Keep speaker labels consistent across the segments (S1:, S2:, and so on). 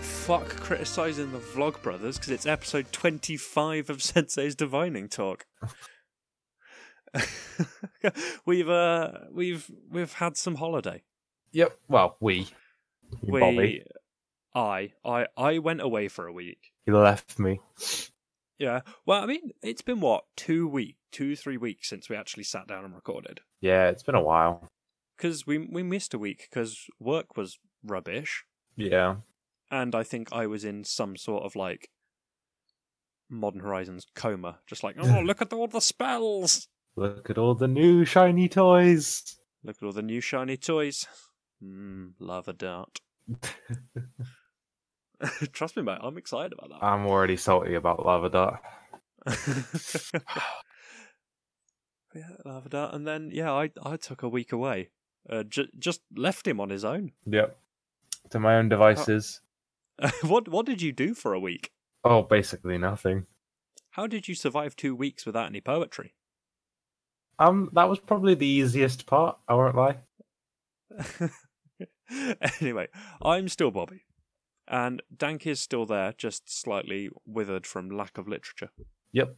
S1: fuck criticizing the Vlogbrothers because it's episode 25 of Sensei's Divining Talk. we've uh we've we've had some holiday.
S2: Yep. Well, we.
S3: You Bobby,
S1: I I I went away for a week.
S3: you left me.
S1: Yeah. Well, I mean, it's been what two week, two three weeks since we actually sat down and recorded
S3: Yeah, it's been a while.
S1: because we we missed a week because work was rubbish.
S3: Yeah.
S1: and I think I was in some sort of like Modern Horizons coma, just like oh look at all the spells,
S3: Look at all the new shiny toys.
S1: look at all the new shiny toys. Mm, lava dart. Trust me, mate, I'm excited about
S3: I'm already salty about Lava Dart.
S1: that. yeah, lava dart, and then yeah, I I took a week away, uh, ju- just left him on his own.
S3: Yep. Oh. To my own devices.
S1: what what did you do for a week?
S3: Oh, basically nothing.
S1: How did you survive two weeks without any poetry?
S3: Um, that was probably the easiest part. I won't lie.
S1: anyway, I'm still Bobby. And Dank is still there, just slightly withered from lack of literature.
S3: Yep.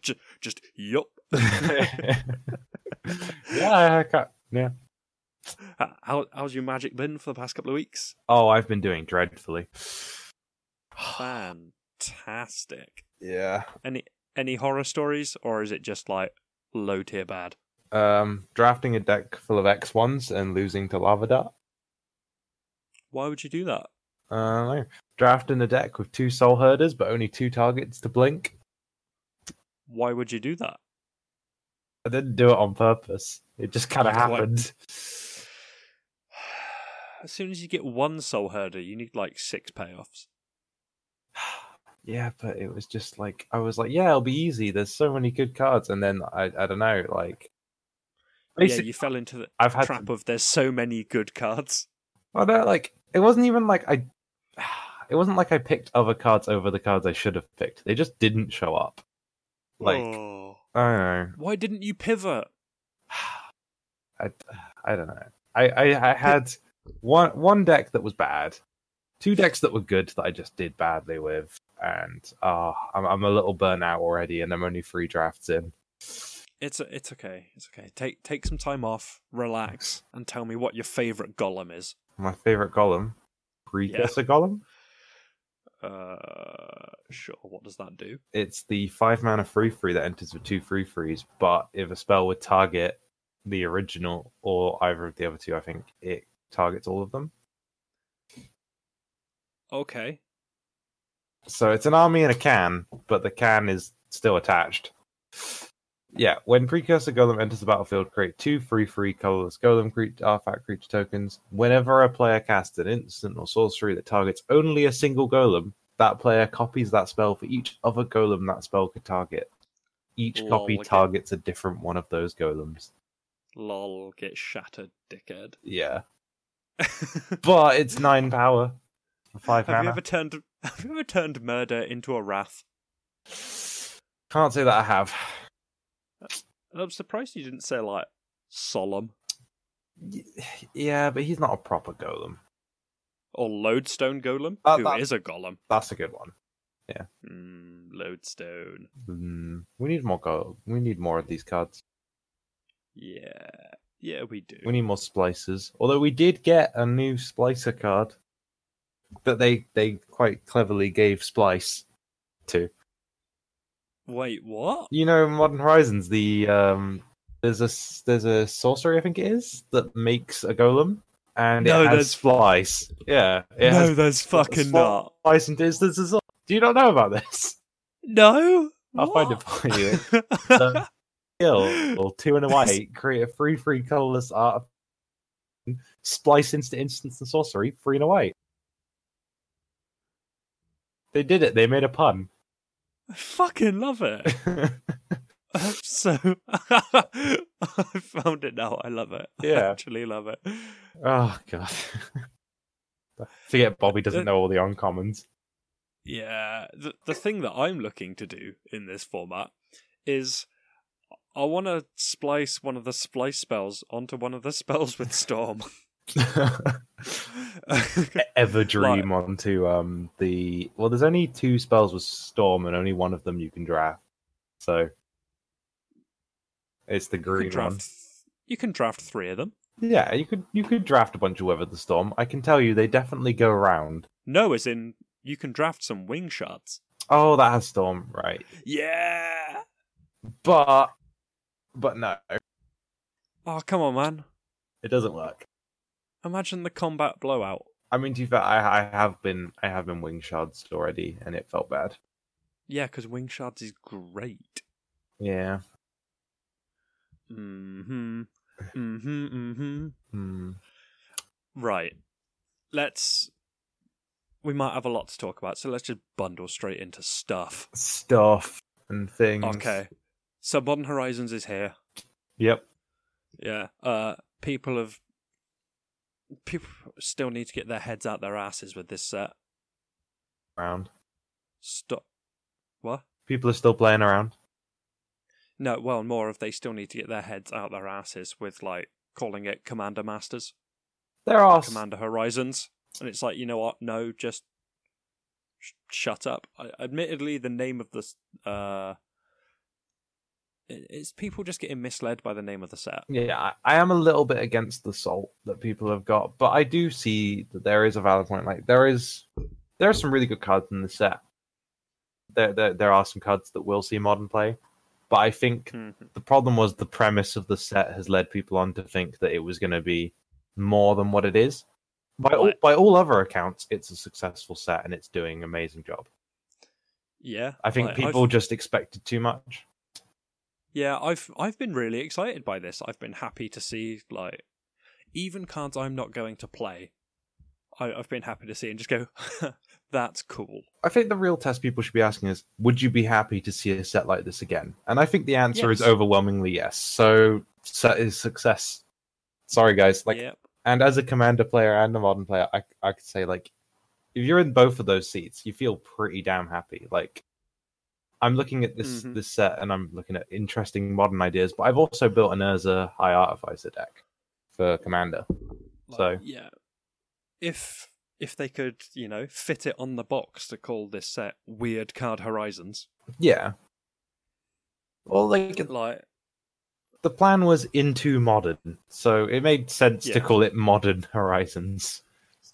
S1: Just, just yup.
S3: yeah, I can't. yeah.
S1: H- How, how's your magic been for the past couple of weeks?
S3: Oh, I've been doing dreadfully.
S1: Fantastic.
S3: Yeah.
S1: Any any horror stories, or is it just like low tier bad?
S3: Um, drafting a deck full of X ones and losing to Lava Dart.
S1: Why would you do that?
S3: Uh, no. drafting a deck with two soul herders, but only two targets to blink.
S1: Why would you do that?
S3: I didn't do it on purpose. It just kind of
S1: That's what-
S3: happened.
S1: As soon as you get one soul herder, you need like six payoffs.
S3: Yeah, but it was just like I was like, yeah, it'll be easy. There's so many good cards, and then I I don't know, like
S1: yeah,
S3: basically,
S1: you fell into the
S3: I've had
S1: trap of there's so many good cards.
S3: I don't like it wasn't even like I it wasn't like I picked other cards over the cards I should have picked. They just didn't show up. Like
S1: Oh.
S3: I don't know.
S1: Why didn't you pivot?
S3: I, I don't know. I, I, I had one one deck that was bad, two decks that were good that I just did badly with, and uh, I'm I'm a little burnt out already, and I'm only three drafts in.
S1: It's it's okay. It's okay. Take take some time off, relax, and tell me what your favorite golem is.
S3: My favorite golem, precursor golem.
S1: Uh, sure. What does that do?
S3: It's the five mana free free that enters with two free frees, but if a spell would target the original or either of the other two, I think it targets all of them.
S1: Okay.
S3: So it's an army and a can, but the can is still attached. Yeah, when Precursor Golem enters the battlefield, create two free free colorless golem cre- artifact creature tokens. Whenever a player casts an instant or sorcery that targets only a single golem, that player copies that spell for each other golem that spell could target. Each
S1: Lol,
S3: copy
S1: okay.
S3: targets a different one of those golems.
S1: Lol. Get shattered, dickhead.
S3: Yeah. But it's nine power. for Five
S1: have you
S3: mana.
S1: ever turned Have you ever turned murder into a wrath?
S3: Can't say that I have.
S1: And I'm surprised you didn't say like solemn
S3: Y- Yeah, but he's not a proper golem.
S1: or lodestone golem,
S3: Uh,
S1: Who is
S3: that-
S1: a golem.
S3: That's a good one.
S1: Mm, lodestone.
S3: Mm, we need more go. We need more of these cards.
S1: Yeah. Yeah, we do.
S3: We need more splicers. Although we did get a new splicer card that they they quite cleverly gave splice to.
S1: Wait, what?
S3: You know, Modern Horizons. The um, there's a s- there's a sorcery I think it is that makes a golem, and
S1: No,
S3: it has
S1: there's-
S3: splice. Yeah, it
S1: no,
S3: has
S1: there's fucking
S3: spot-
S1: not.
S3: splice and instances. Do you not know about this?
S1: No.
S3: I'll find it
S1: What?
S3: for you. So- kill two and a white, create a free free colorless art, splice into instance and sorcery, three and a white. They did it. They made a pun.
S1: I fucking love it. so I found it now. I love it. I
S3: Yeah.
S1: actually love it.
S3: oh god. Forget Bobby
S1: Uh,
S3: doesn't know all the uncommons.
S1: Yeah. The the thing that I'm looking to do in this format is I want to splice one of the splice spells onto one of the spells with storm.
S3: Ever dream onto um the well. There's only two spells with storm, and only one of them you can draft. So it's the
S1: You
S3: green
S1: can
S3: one.
S1: draft, you can draft three of them.
S3: Yeah, you could you could draft a bunch of weather the storm. I can tell you, they definitely go around.
S1: No, as in you can draft some wing shards.
S3: Oh, that has storm, right?
S1: Yeah.
S3: But but no,
S1: Oh come on, man!
S3: it doesn't work.
S1: Imagine the combat blowout.
S3: I mean, to be fair, I, I have been I have been wing shards already, and it felt bad.
S1: Yeah, because wing shards is great.
S3: Yeah.
S1: Mm-hmm. Mm-hmm. Mm-hmm.
S3: Hmm.
S1: Right. Let's. We might have a lot to talk about, so let's just bundle straight into stuff.
S3: Stuff and things.
S1: Okay. So Modern Horizons is here.
S3: Yep.
S1: Yeah. Uh, people have. People still need to get their heads out their asses with this set.
S3: Around.
S1: Stop. What?
S3: People are still playing around.
S1: No, well, more if they still need to get their heads out their asses with, like, calling it Commander Masters,
S3: There are. s-
S1: Commander Horizons. And it's like, you know what? No, just sh- shut up. I- admittedly, the name of the. s- Uh, it- it's people just getting misled by the name of the set.
S3: yeah, I, I am a little bit against the salt that people have got, but I do see that there is a valid point. Like there is, there are some really good cards in the set. There, there, there are some cards that will see modern play, but I think
S1: Mhm.
S3: the problem was the premise of the set has led people on to think that it was going to be more than what it is. By all,
S1: Right.
S3: by all other accounts, it's a successful set and it's doing an amazing job.
S1: Yeah.
S3: I think
S1: like, I've-
S3: people just expected too much.
S1: Yeah, I've I've been really excited by this. I've been happy to see like even cards I'm not going to play. I, I've been happy to see and just go, that's cool.
S3: I think the real test people should be asking is, would you be happy to see a set like this again? And I think the answer is
S1: Yes.
S3: overwhelmingly yes. So set is success. Sorry guys, like,
S1: yep.
S3: and as a commander player and a modern player, I I could say like, if you're in both of those seats, you feel pretty damn happy. Like, I'm looking at this
S1: Mhm.
S3: this set and I'm looking at interesting modern ideas, but I've also built an Urza High Artificer deck for commander.
S1: Like,
S3: So-
S1: yeah, if if they could, you know, fit it on the box to call this set "Weird Card Horizons,"
S3: Yeah. Well, like
S1: like
S3: the plan was into modern, so it made sense
S1: Yeah.
S3: to call it Modern Horizons.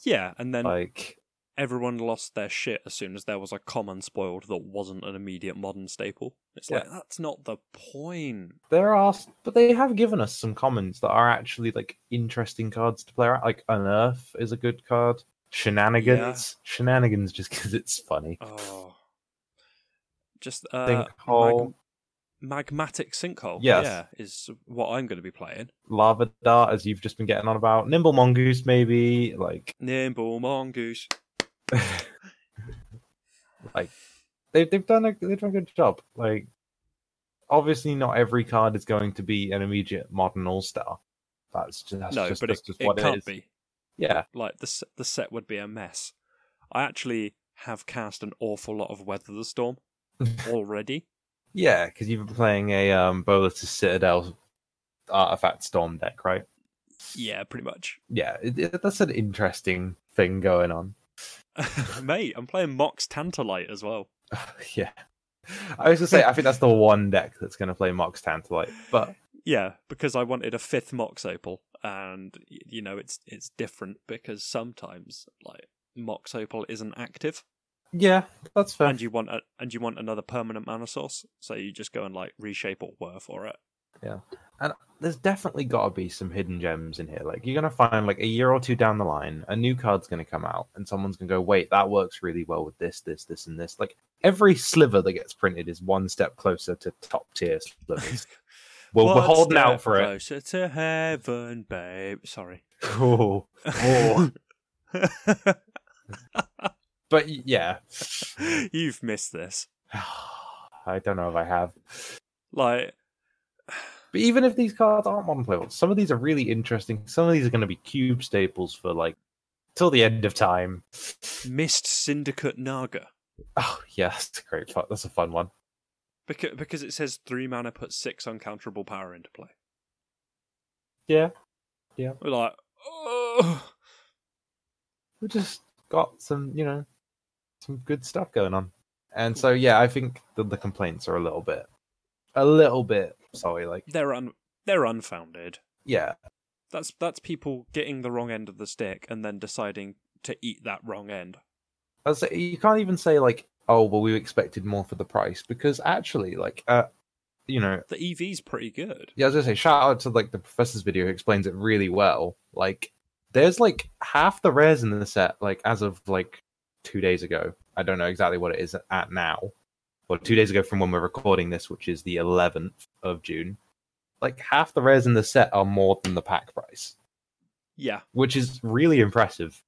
S1: yeah, and then
S3: Like,
S1: everyone lost their shit as soon as there was a common spoiled that wasn't an immediate modern staple. It's like that's not the point.
S3: there are, but they have given us some commons that are actually like interesting cards to play around. Like, Unearth is a good card. Shenanigans, shenanigans, just because it's funny.
S1: Oh, just uh,
S3: Sinkhole,
S1: Mag- magmatic sinkhole.
S3: Yes.
S1: Yeah, is what I'm going to be playing.
S3: lava dart, as you've just been getting on about. Nimble mongoose, maybe. Like,
S1: Nimble mongoose.
S3: like they, they've done a they've done a good job. Like, obviously, not every card is going to be an immediate modern all star. That's just that's
S1: no,
S3: just,
S1: but
S3: that's
S1: it,
S3: just
S1: it
S3: what
S1: can't
S3: it is.
S1: be.
S3: Yeah,
S1: Like the s- the set would be a mess. I actually have cast an awful lot of Weather the Storm already.
S3: yeah, because you've been playing a um, Bolas Citadel artifact storm deck, right?
S1: yeah, pretty much.
S3: Yeah, it, it- that's an interesting thing going on.
S1: Mate, I'm playing Mox Tantalite as well.
S3: yeah. I was gonna say, I think that's the one deck that's gonna play Mox Tantalite, but
S1: Yeah, because I wanted a fifth Mox Opal, and y- you know it's it's different because sometimes like Mox Opal isn't active.
S3: yeah, that's fair.
S1: and you want a, and you want another permanent mana source, so you just go and like reshape or worth for it.
S3: there's definitely got to be some hidden gems in here. Like you're gonna find like a year or two down the line, a new card's gonna come out, and someone's gonna go, "Wait, that works really well with this, this, this, and this." Like every sliver that gets printed is one step closer to top tier slivers. Well, we're
S1: One
S3: holding
S1: step
S3: out for it.
S1: Closer to heaven, babe. Sorry.
S3: Cool. Oh. But y- yeah,
S1: You've missed this.
S3: I don't know if I have.
S1: Like,
S3: But even if these cards aren't modern playables, some of these are really interesting. Some of these are going to be cube staples for like till the end of time.
S1: Mist Syndicate Naga.
S3: Oh yeah, that's a great. Fun. That's a fun one.
S1: Because, because it says three mana puts six uncounterable power into play.
S3: Yeah.
S1: We're like, oh. Ugh.
S3: we just got some, you know, some good stuff going on. And so, yeah, I think the, the complaints are a little bit, a little bit, sorry, like,
S1: They're un they're unfounded.
S3: yeah,
S1: That's that's people getting the wrong end of the stick and then deciding to eat that wrong end.
S3: I was, you can't even say like, oh, well, we expected more for the price because actually, like, uh, you know,
S1: The EV's pretty good.
S3: yeah, I was gonna say, shout out to like the professor's video who explains it really well. Like, there's like half the rares in the set, like as of like two days ago. I don't know exactly what it is at now, or two days ago from when we're recording this, which is the 11th of June. Like half the rares in the set are more than the pack price,
S1: Yeah,
S3: which is really impressive.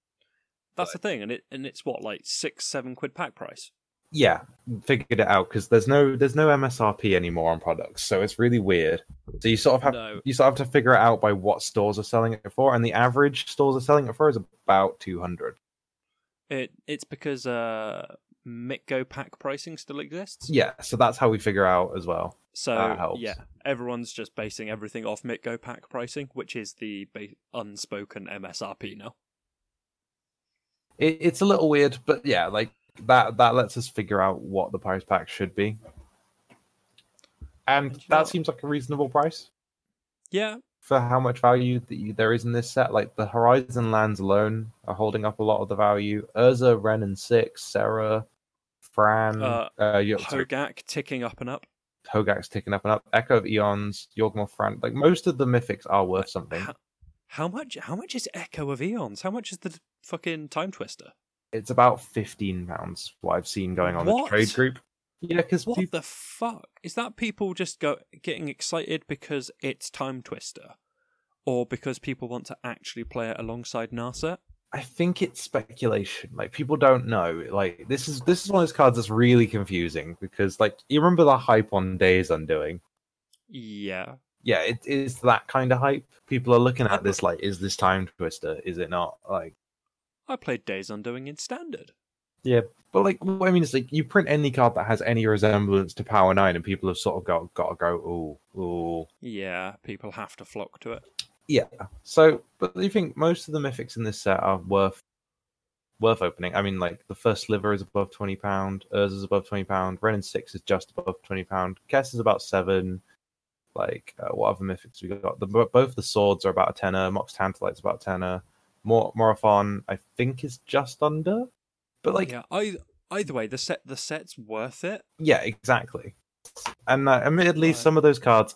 S1: that's the thing, and it and it's what like six seven quid pack price.
S3: yeah figured it out because there's no there's no msrp anymore on products so it's really weird so you sort of have
S1: No,
S3: you sort of have to figure it out by what stores are selling it for and the average stores are selling it for is about 200
S1: it it's because uh Mitgo pack pricing still exists.
S3: yeah so that's how we figure out as well that
S1: So
S3: helps.
S1: yeah, everyone's just basing everything off Mitgo pack pricing, which is the ba- unspoken MSRP now.
S3: it, it's a little weird but yeah like that that lets us figure out what the price pack should be and
S1: And you know-
S3: that seems like a reasonable price
S1: Yeah,
S3: for how much value that you, there is in this set. Like the Horizon lands alone are holding up a lot of the value. Urza, Ren, and Six, Sarah, Fran,
S1: Uh,
S3: uh, Yo- sorry,
S1: Hogak ticking up and up.
S3: Hogak's ticking up and up. Echo of Eons, Yorgmore, Fran. Like most of the mythics are worth something.
S1: How, how much? How much is Echo of Eons? How much is the fucking Time Twister?
S3: It's about fifteen pounds. What I've seen going on in
S1: What?
S3: the trade group. Yeah, because
S1: What the fuck is that? People just go getting excited because it's Time Twister, or because people want to actually play it alongside Narset.
S3: I think it's speculation. Like people don't know. Like this is this is one of those cards that's really confusing because like you remember the hype on Days Undoing.
S1: Yeah,
S3: yeah, it is that kind of hype. People are looking at this like, is this time twister? Is it not? Like,
S1: I played Days Undoing in Standard.
S3: yeah, but like, what I mean, is like you print any card that has any resemblance to Power Nine, and people have sort of got got to go, oh, oh,
S1: Yeah, people have to flock to it.
S3: yeah. So, but you think most of the mythics in this set are worth worth opening? I mean, like the first sliver is above twenty pound, Urza's above twenty pound, Ren and Six is just above twenty pound, Kess is about seven. Like uh, what other mythics we got? The, bo- both the swords are about a tenner. Mox Tantalite's about a tenner. Mor- Morophon, I think, is just under. But like,
S1: yeah, either, either way, the set the set's worth it.
S3: yeah, exactly. And uh, admittedly,
S1: Right.
S3: some of those cards,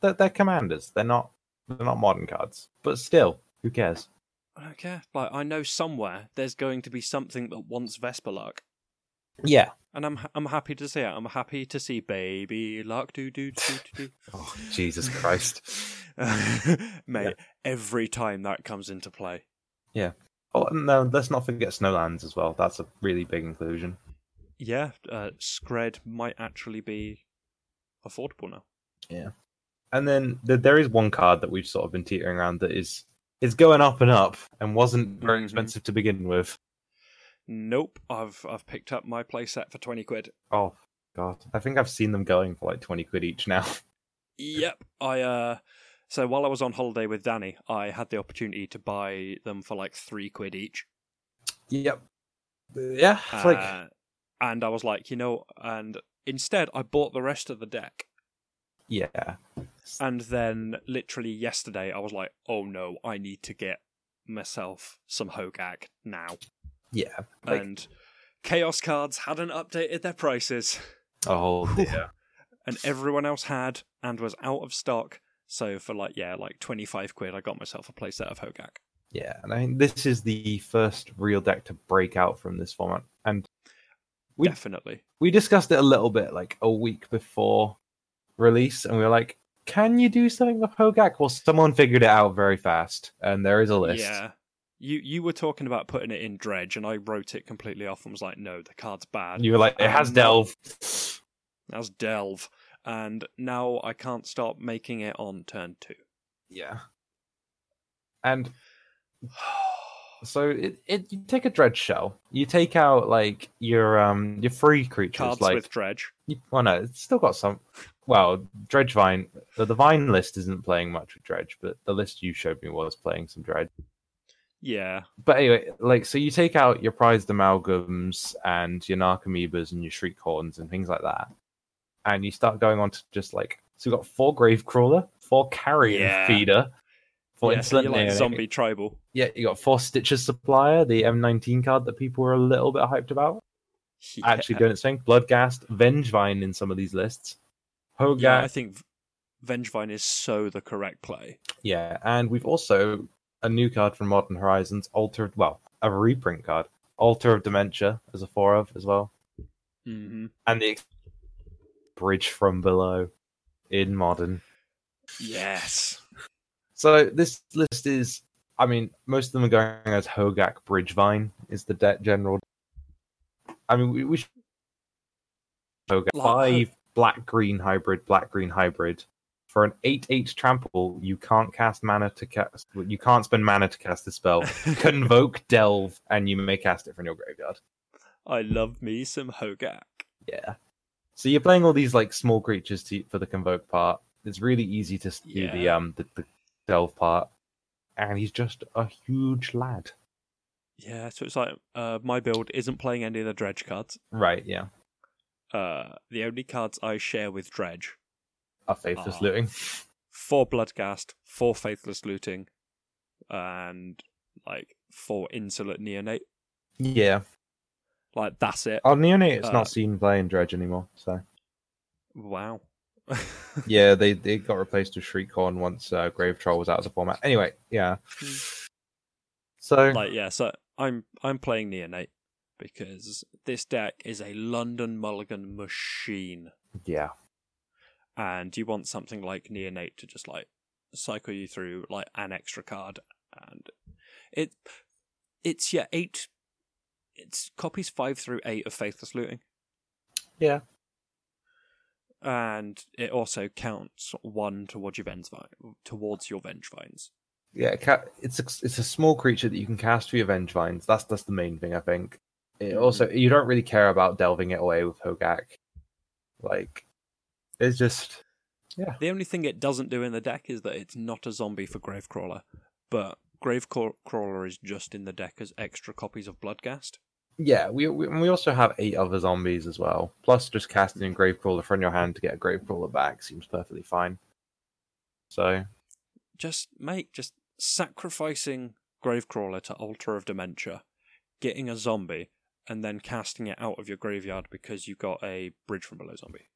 S3: they're, they're commanders. They're not they're not modern cards. But still, who cares?
S1: I don't care. Like I know somewhere there's going to be something that wants Vesper luck,
S3: Yeah,
S1: and I'm I'm happy to see it. I'm happy to see baby luck. Do do do do do.
S3: Oh, Jesus Christ.
S1: Mate,
S3: Yeah.
S1: every time that comes into play.
S3: Oh, no, let's not forget Snowlands as well. That's a really big inclusion.
S1: Yeah, uh, Scred might actually be affordable now.
S3: And then th- there is one card that we've sort of been teetering around that is is going up and up and wasn't very
S1: Mhm.
S3: expensive to begin with.
S1: Nope, I've I've picked up my playset for twenty quid.
S3: Oh, God. I think I've seen them going for like 20 quid each now.
S1: Yep, I uh, so while I was on holiday with Danny, I had the opportunity to buy them for like three quid each.
S3: yep. Yeah. It's like,
S1: Uh, and I was like, you know, and instead I bought the rest of the deck.
S3: yeah.
S1: And then literally yesterday I was like, oh no, I need to get myself some Hogak now.
S3: Yeah. Like,
S1: and Chaos cards hadn't updated their prices,
S3: oh,
S1: Whew.
S3: dear.
S1: and everyone else had and was out of stock. So for like yeah, like twenty five quid, I got myself a playset of Hogak.
S3: Yeah. And I think this is the first real deck to break out from this format. And We-
S1: Definitely.
S3: we discussed it a little bit like a week before release and we were like can you do something with hogak well someone figured it out very fast and there is a list
S1: Yeah. You you were talking about putting it in dredge, and I wrote it completely off and was like, no, the card's bad.
S3: you were like it has
S1: Um,
S3: delve
S1: That's delve, and now I can't stop making it on turn two.
S3: yeah and so it, it you take a dredge shell you take out like your um your free creatures
S1: Cards
S3: like
S1: with dredge.
S3: you, well no it's still got some well dredge vine the, the vine list isn't playing much with dredge but the list you showed me was playing some dredge
S1: Yeah.
S3: But anyway, like so you take out your prized amalgams and your narcomoebas and your shriek horns and things like that. And you start going on to just like so we've got four grave crawler, four carrion
S1: Yeah.
S3: feeder, four
S1: yeah, so
S3: insolent
S1: you're like
S3: neonate.
S1: zombie tribal.
S3: Yeah, you got four stitches supplier, the M nineteen card that people were a little bit hyped about. Actually
S1: Yeah.
S3: doing its thing. Bloodgast, Vengevine in some of these lists. Hogarth,
S1: Yeah, I think V- Vengevine is so the correct play.
S3: Yeah, and we've also a new card from Modern Horizons, Alter. Well, a reprint card, Alter of Dementia, as a four of as well,
S1: Mm-hmm.
S3: and the ex- Bridge from Below in Modern.
S1: Yes.
S3: So this list is, I mean, most of them are going as Hogak Bridgevine is the debt general. I mean, we, we should Hogak
S1: Like-
S3: five black green hybrid, black green hybrid. For an eight eight trample, you can't cast mana to cast. You can't spend mana to cast the spell. Convoke, delve, and you may cast it from your graveyard.
S1: I love me some Hogak.
S3: Yeah. So you're playing all these like small creatures to, for the convoke part. It's really easy to s- do the
S1: Yeah.
S3: um the, the delve part, and he's just a huge lad.
S1: Yeah, so it's like uh, my build isn't playing any of the dredge cards.
S3: Right. Yeah.
S1: Uh, the only cards I share with dredge
S3: A faithless
S1: Aw.
S3: looting.
S1: four bloodgast, four faithless looting, and like four insolent neonate.
S3: Yeah.
S1: Like that's it.
S3: Our neonate's
S1: Uh,
S3: not seen playing dredge anymore. So
S1: Wow.
S3: yeah, they they got replaced with Shriekhorn once uh, Grave Troll was out of the format. Anyway, yeah. So
S1: Hmm. like yeah, so I'm I'm playing neonate because this deck is a London Mulligan machine.
S3: yeah,
S1: and you want something like neonate to just like cycle you through like an extra card and it it's your eight it's copies five through eight of faithless looting
S3: Yeah.
S1: and it also counts one towards your vengevine towards your vengevines
S3: yeah. Ca- it's a, it's a small creature that you can cast for your Venge Vines. That's that's the main thing I think. It
S1: Mhm.
S3: also you don't really care about delving it away with Hogak. Like it's just
S1: the only thing it doesn't do in the deck is that it's not a zombie for gravecrawler but gravecrawler is just in the deck as extra copies of bloodgast
S3: yeah. We we, we also have eight other zombies as well. Plus, just casting a Gravecrawler from your hand to get a Gravecrawler back seems perfectly fine. So
S1: just make just sacrificing Gravecrawler to Altar of Dementia, getting a zombie, and then casting it out of your graveyard because you got a Bridge from Below zombie.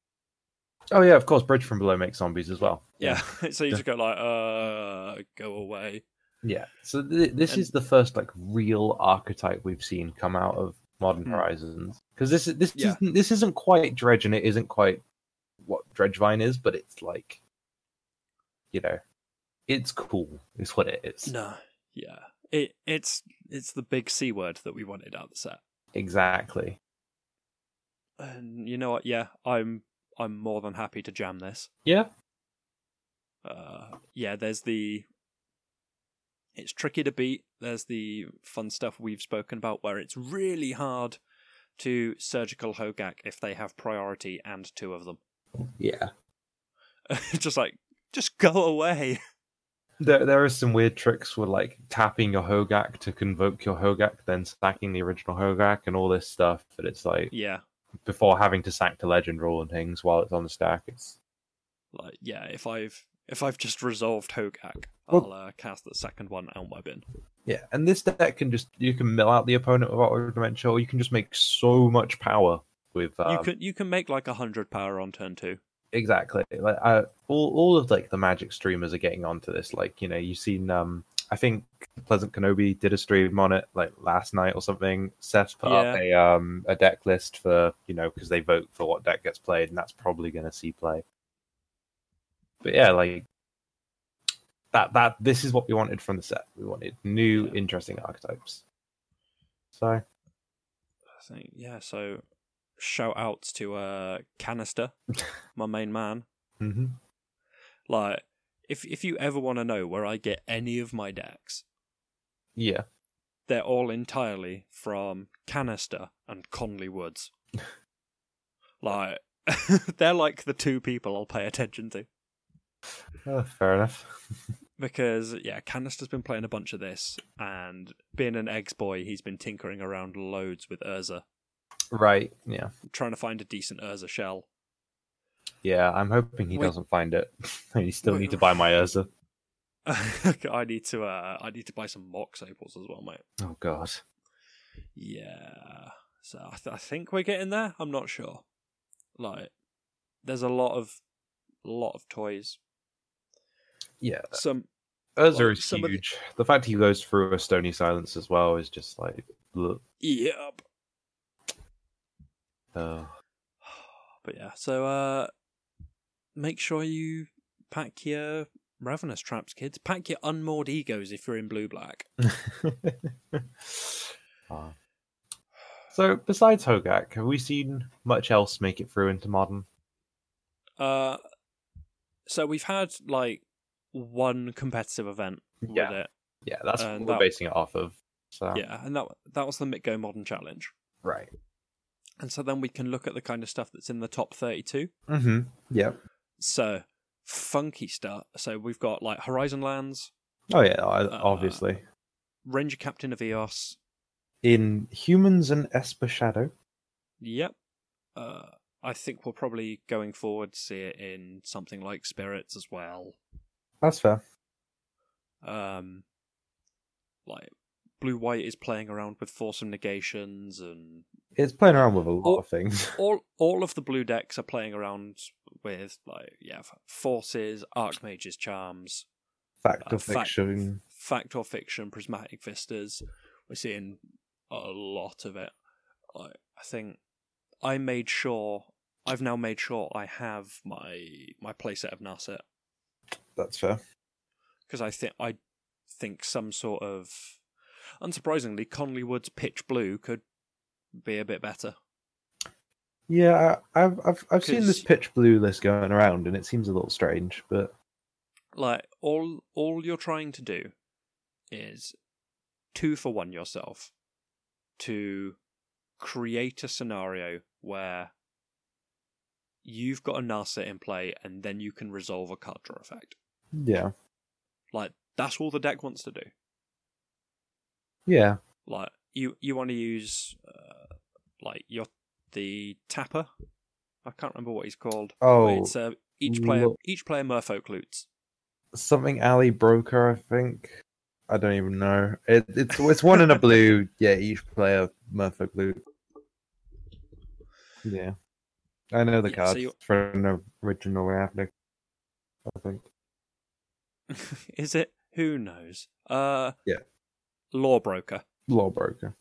S3: Oh yeah, of course. Bridge from Below makes zombies as well.
S1: Yeah, so you just go like, uh, go away.
S3: yeah. So th- this is the first like real archetype we've seen come out of Modern
S1: Hmm.
S3: Horizons because this is this
S1: Yeah.
S3: isn't this isn't quite Dredge and it isn't quite what Dredgevine is, but it's like, you know, it's cool. Is what it is.
S1: No, yeah, it it's it's the big C word that we wanted out of the set.
S3: Exactly.
S1: And you know what? Yeah, I'm I'm more than happy to jam this.
S3: Yeah.
S1: uh, yeah, there's the. It's tricky to beat. There's the fun stuff we've spoken about where it's really hard to surgical Hogak if they have priority and two of them.
S3: Yeah.
S1: just like, just go away.
S3: There there are some weird tricks with like tapping your Hogak to convoke your Hogak, then stacking the original Hogak and all this stuff. But it's like
S1: Yeah.
S3: before having to sack the legend rule and things while it's on the stack. It's
S1: Like, yeah, if I've. If I've just resolved Hogak,
S3: Well-
S1: I'll uh, cast the second one out my bin.
S3: Yeah, and this deck can just you can mill out the opponent with Outer Dimension, or you can just make so much power with um,
S1: you can you can make like a hundred power on turn two.
S3: exactly like uh, all all of like the Magic streamers are getting onto this. Like you know you've seen um I think Pleasant Kenobi did a stream on it like last night or something. Seth put up a um a deck list for you know because they vote for what deck gets played, and that's probably going to see play. But yeah, like that that this is what we wanted from the set. We wanted new
S1: Yeah.
S3: interesting archetypes. So.
S1: I think yeah. So shout outs to uh, Canister, my main man.
S3: Mm-hmm.
S1: Like, if if you ever want to know where I get any of my decks,
S3: Yeah.
S1: they're all entirely from Canister and Conley Woods. like, they're like the two people I'll pay attention to.
S3: Oh, fair enough.
S1: because yeah, Canister's been playing a bunch of this, and being an eggs boy, he's been tinkering around loads with Urza,
S3: Right. Yeah.
S1: trying to find a decent Urza shell.
S3: Yeah. I'm hoping he
S1: Wait.
S3: doesn't find it. you still
S1: Wait,
S3: need to buy my Urza.
S1: I need to uh, I need to buy some mox opals as well, mate.
S3: Oh God.
S1: Yeah. So I, th- I think we're getting there. I'm not sure. Like, there's a lot of lot of toys.
S3: Yeah.
S1: Some
S3: Urza
S1: Well,
S3: is
S1: some of the-
S3: huge. The fact he goes through a stony silence as well is just like, look.
S1: yep.
S3: Uh,
S1: But yeah. So uh, make sure you pack your ravenous traps, kids. Pack your unmoored egos if you're in blue black.
S3: Ah. so, besides Hogak, have we seen much else make it through into modern?
S1: Uh, so we've had like one competitive event
S3: Yeah.
S1: with it.
S3: Yeah, that's
S1: And
S3: what we're
S1: uh, that-
S3: basing it off of. So,
S1: Yeah, and that that was the Mitgo Modern Challenge.
S3: right.
S1: And so then we can look at the kind of stuff that's in the top 32.
S3: Mm-hmm. Yeah.
S1: So funky stuff. So we've got like Horizon Lands,
S3: Oh yeah, I-
S1: Uh,
S3: obviously.
S1: Ranger Captain of Eos.
S3: In humans and Esper Shadow.
S1: Yep. Uh, I think we'll probably going forward see it in something like Spirits as well.
S3: That's fair.
S1: Um, like Blue White is playing around with foursome negations and
S3: It's playing around with a lot
S1: Oh.
S3: of things.
S1: all all of the blue decks are playing around with like yeah f- forces, archmages, charms,
S3: Fact
S1: Uh,
S3: or
S1: fact-
S3: fiction.
S1: fact or fiction, prismatic vistas. We're seeing a lot of it. I, I think I made sure I've now made sure I have my my playset of Narset
S3: That's fair.
S1: because I think I think some sort of unsurprisingly Conley Woods pitch blue could be a bit better.
S3: Yeah, I- I've I've I've seen this
S1: 'Cause-
S3: pitch blue list going around, and it seems a little strange, but
S1: Like all all you're trying to do is two for one yourself to create a scenario where you've got a NASA in play and then you can resolve a card draw effect.
S3: yeah,
S1: Like that's all the deck wants to do.
S3: yeah,
S1: Like you you want to use uh, like your the tapper. I can't remember what he's called. but
S3: Oh,
S1: it's uh, each player
S3: look.
S1: each player Merfolk loots.
S3: something alley broker, I think. I don't even know. It, it's it's one in a blue. Yeah, each player Murphy blue. Yeah, I know the
S1: Yeah, so
S3: cards
S1: you-
S3: for an original Ravnik. I think.
S1: Is it? Who knows? Uh,
S3: Yeah.
S1: Law broker.
S3: Law broker.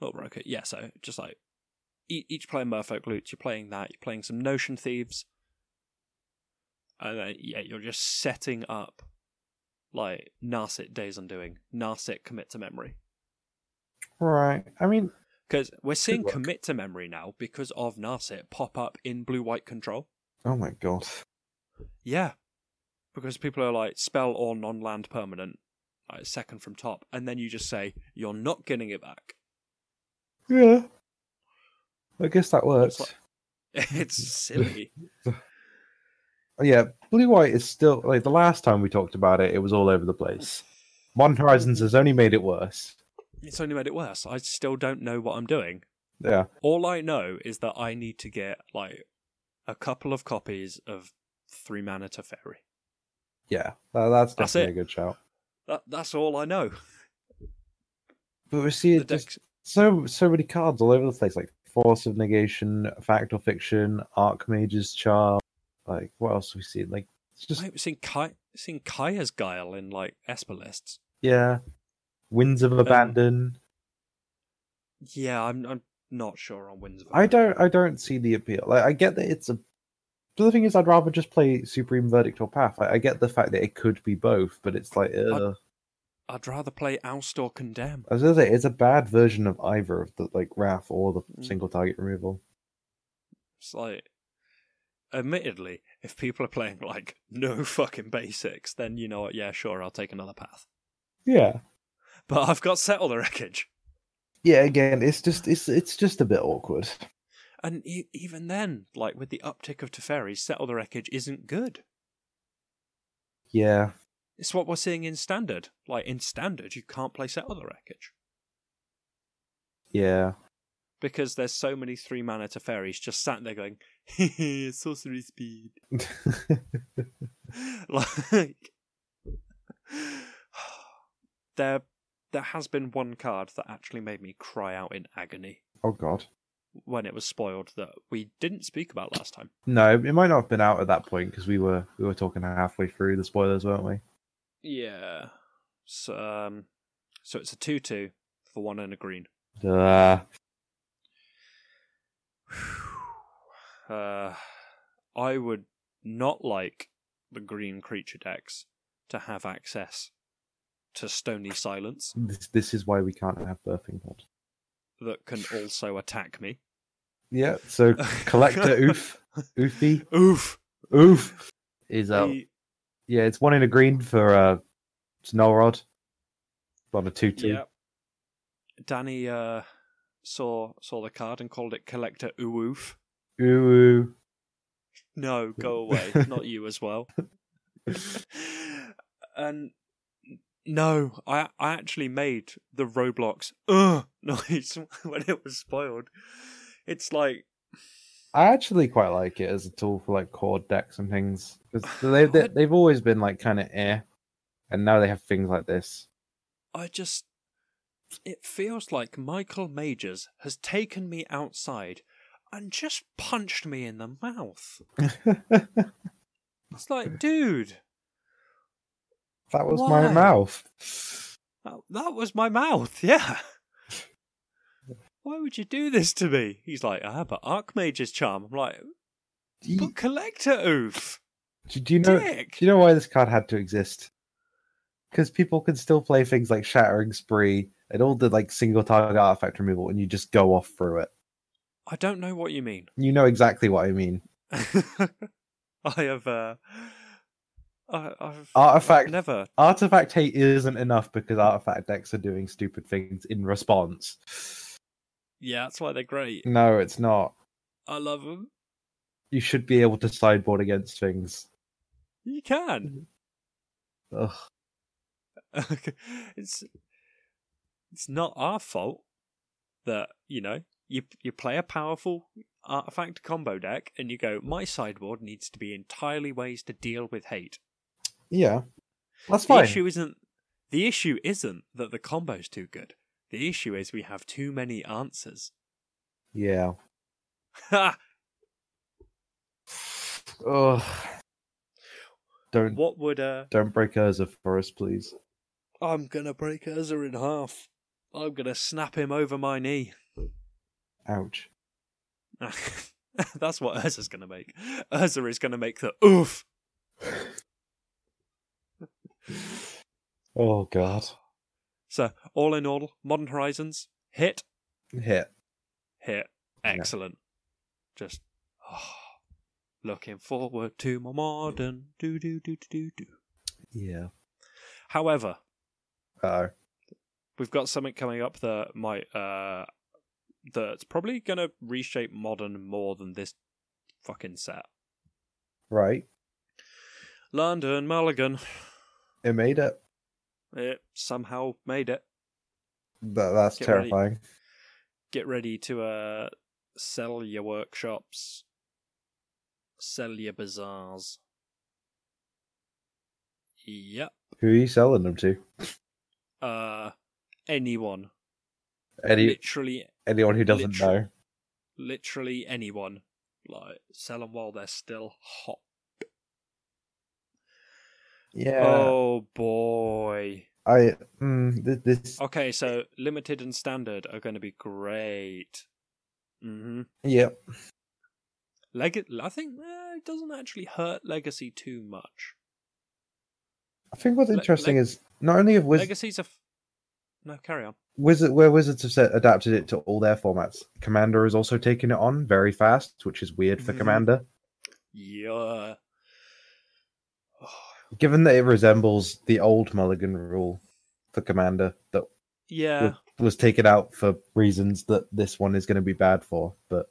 S1: Law broker. Yeah. So just like e- each player Merfolk loot, you're playing that. You're playing some Notion thieves. And then, yeah, you're just setting up like Narset Days Undoing, Narset Commit to Memory.
S3: Right. I mean,
S1: Because we're seeing
S3: work.
S1: Commit to Memory now because of Narset pop up in Blue White Control.
S3: oh my god.
S1: Yeah. Because people are like spell or non land permanent, like second from top, and then you just say, You're not getting it back.
S3: Yeah. I guess that works.
S1: like- It's silly.
S3: Oh, Yeah, blue white is still like the last time we talked about it. It was all over the place. Modern Horizons has only made it worse.
S1: It's only made it worse. I still don't know what I'm doing.
S3: Yeah.
S1: All I know is that I need to get like a couple of copies of Three Mana to Fairy.
S3: Yeah, that, that's
S1: That's
S3: definitely a good shout.
S1: That that's all I know.
S3: But we see
S1: The
S3: it just
S1: deck's
S3: so so many cards all over the place, like Force of Negation, Fact or Fiction, Archmage's Charm. Like what else have we seen? Like it's just
S1: mate, we've seen Kai seen Kaya's guile in like Esper lists.
S3: yeah, Winds
S1: Um,
S3: of Abandon.
S1: Yeah, I'm I'm not sure on Winds of
S3: I
S1: Abandon.
S3: don't I don't see the appeal. Like I get that it's a. But the thing is, I'd rather just play Supreme Verdict or Path. I, I get the fact that it could be both, but it's like, ugh.
S1: I'd rather play Oust or Condemn.
S3: I was gonna say it's a bad version of either of the like Wrath or the
S1: Mm.
S3: single target removal.
S1: It's like, admittedly, if people are playing like no fucking basics, then you know what? Yeah, sure, I'll take another path.
S3: Yeah.
S1: But I've got settle the wreckage,
S3: Yeah, again, it's just it's it's just a bit awkward.
S1: and e- even then, like with the uptick of Teferi, settle the wreckage isn't good.
S3: Yeah.
S1: It's what we're seeing in standard. Like in standard, you can't play Settle the Wreckage
S3: Yeah.
S1: because there's so many three mana to fairies just sat there going, sorcery speed. like there there has been one card that actually made me cry out in agony
S3: oh god.
S1: when it was spoiled that we didn't speak about last time.
S3: No, it might not have been out at that point because we were we were talking halfway through the spoilers, weren't we?
S1: Yeah. So um, so it's a two two for one and a green.
S3: Uh,
S1: uh I would not like the green creature decks to have access to stony silence
S3: this this is why we can't have burping pods.
S1: that can also attack me.
S3: Yeah. So collector oof oofy
S1: Oof.
S3: oof is out.
S1: He-
S3: Yeah, it's one in a green for uh snow rod on a two two.
S1: Yeah. Danny uh, saw saw the card and called it Collector Ooh Oof.
S3: Ooh.
S1: No, go away. Not you as well. and no, I I actually made the Roblox ugh noise when it was spoiled. It's like
S3: I actually quite like it as a tool for like chord decks and things because they, they they've always been like kind of eh, and now they have things like this.
S1: I just. It feels like Michael Majors has taken me outside and just punched me in the mouth.
S3: that
S1: It's like, dude,
S3: was
S1: Why?
S3: my mouth.
S1: that, that was my mouth, yeah. Why would you do this to me? He's like, I have an Archmage's charm. I'm like,
S3: Do you,
S1: but Collector Oof,
S3: do, do you know?
S1: dick.
S3: Do you know why this card had to exist? Because people can still play things like Shattering Spree and all the like single target artifact removal, and you just go off through it.
S1: I don't know what you mean.
S3: You know exactly what I mean.
S1: I have, uh, I, I've
S3: Artifact
S1: never.
S3: artifact hate isn't enough because artifact decks are doing stupid things in response.
S1: Yeah, that's why they're great.
S3: No, it's not.
S1: I love them.
S3: You should be able to sideboard against things.
S1: You can.
S3: Ugh.
S1: it's it's not our fault that you know you you play a powerful artifact combo deck and you go my sideboard needs to be entirely ways to deal with hate.
S3: Yeah, that's
S1: The
S3: fine.
S1: issue isn't the issue isn't that the combo's too good. The issue is we have too many answers.
S3: Yeah.
S1: Ha!
S3: Ugh. Don't
S1: what would uh
S3: don't break Urza for us, please.
S1: I'm gonna break Urza in half. I'm gonna snap him over my knee.
S3: Ouch.
S1: That's what Urza's going to make. Urza is going to make the oof.
S3: Oh god.
S1: So, all in all, Modern Horizons, hit,
S3: Hit.
S1: hit.
S3: Yeah.
S1: Excellent. Just oh, looking forward to my modern. Do, do, do, do, do, do.
S3: Yeah.
S1: However,
S3: Oh.
S1: we've got something coming up that might, uh, that's probably going to reshape modern more than this fucking set.
S3: Right.
S1: London Mulligan.
S3: It made it.
S1: It somehow made it.
S3: That, that's
S1: Get ready.
S3: terrifying.
S1: get ready to uh, sell your workshops, sell your bazaars. Yep.
S3: Who are you selling them to?
S1: Uh, anyone,
S3: Any
S1: literally,
S3: anyone who doesn't
S1: literally.
S3: know.
S1: literally anyone. Like sell them while they're still hot.
S3: Yeah.
S1: Oh boy.
S3: I mm, th- this
S1: Okay, so limited and standard are going to be great. Mm-hmm.
S3: yep.
S1: Leg- I think eh, it doesn't actually hurt legacy too much.
S3: I think what's
S1: Le-
S3: interesting
S1: leg-
S3: is not only have Wiz-
S1: Legacy's a. F- no, carry on.
S3: Wizard where Wizards have set, adapted it to all their formats. Commander is also taking it on very fast, which is weird for
S1: Mhm.
S3: Commander.
S1: Yeah.
S3: Given that it resembles the old Mulligan rule for Commander that
S1: Yeah.
S3: was taken out for reasons that this one is going to be bad for, but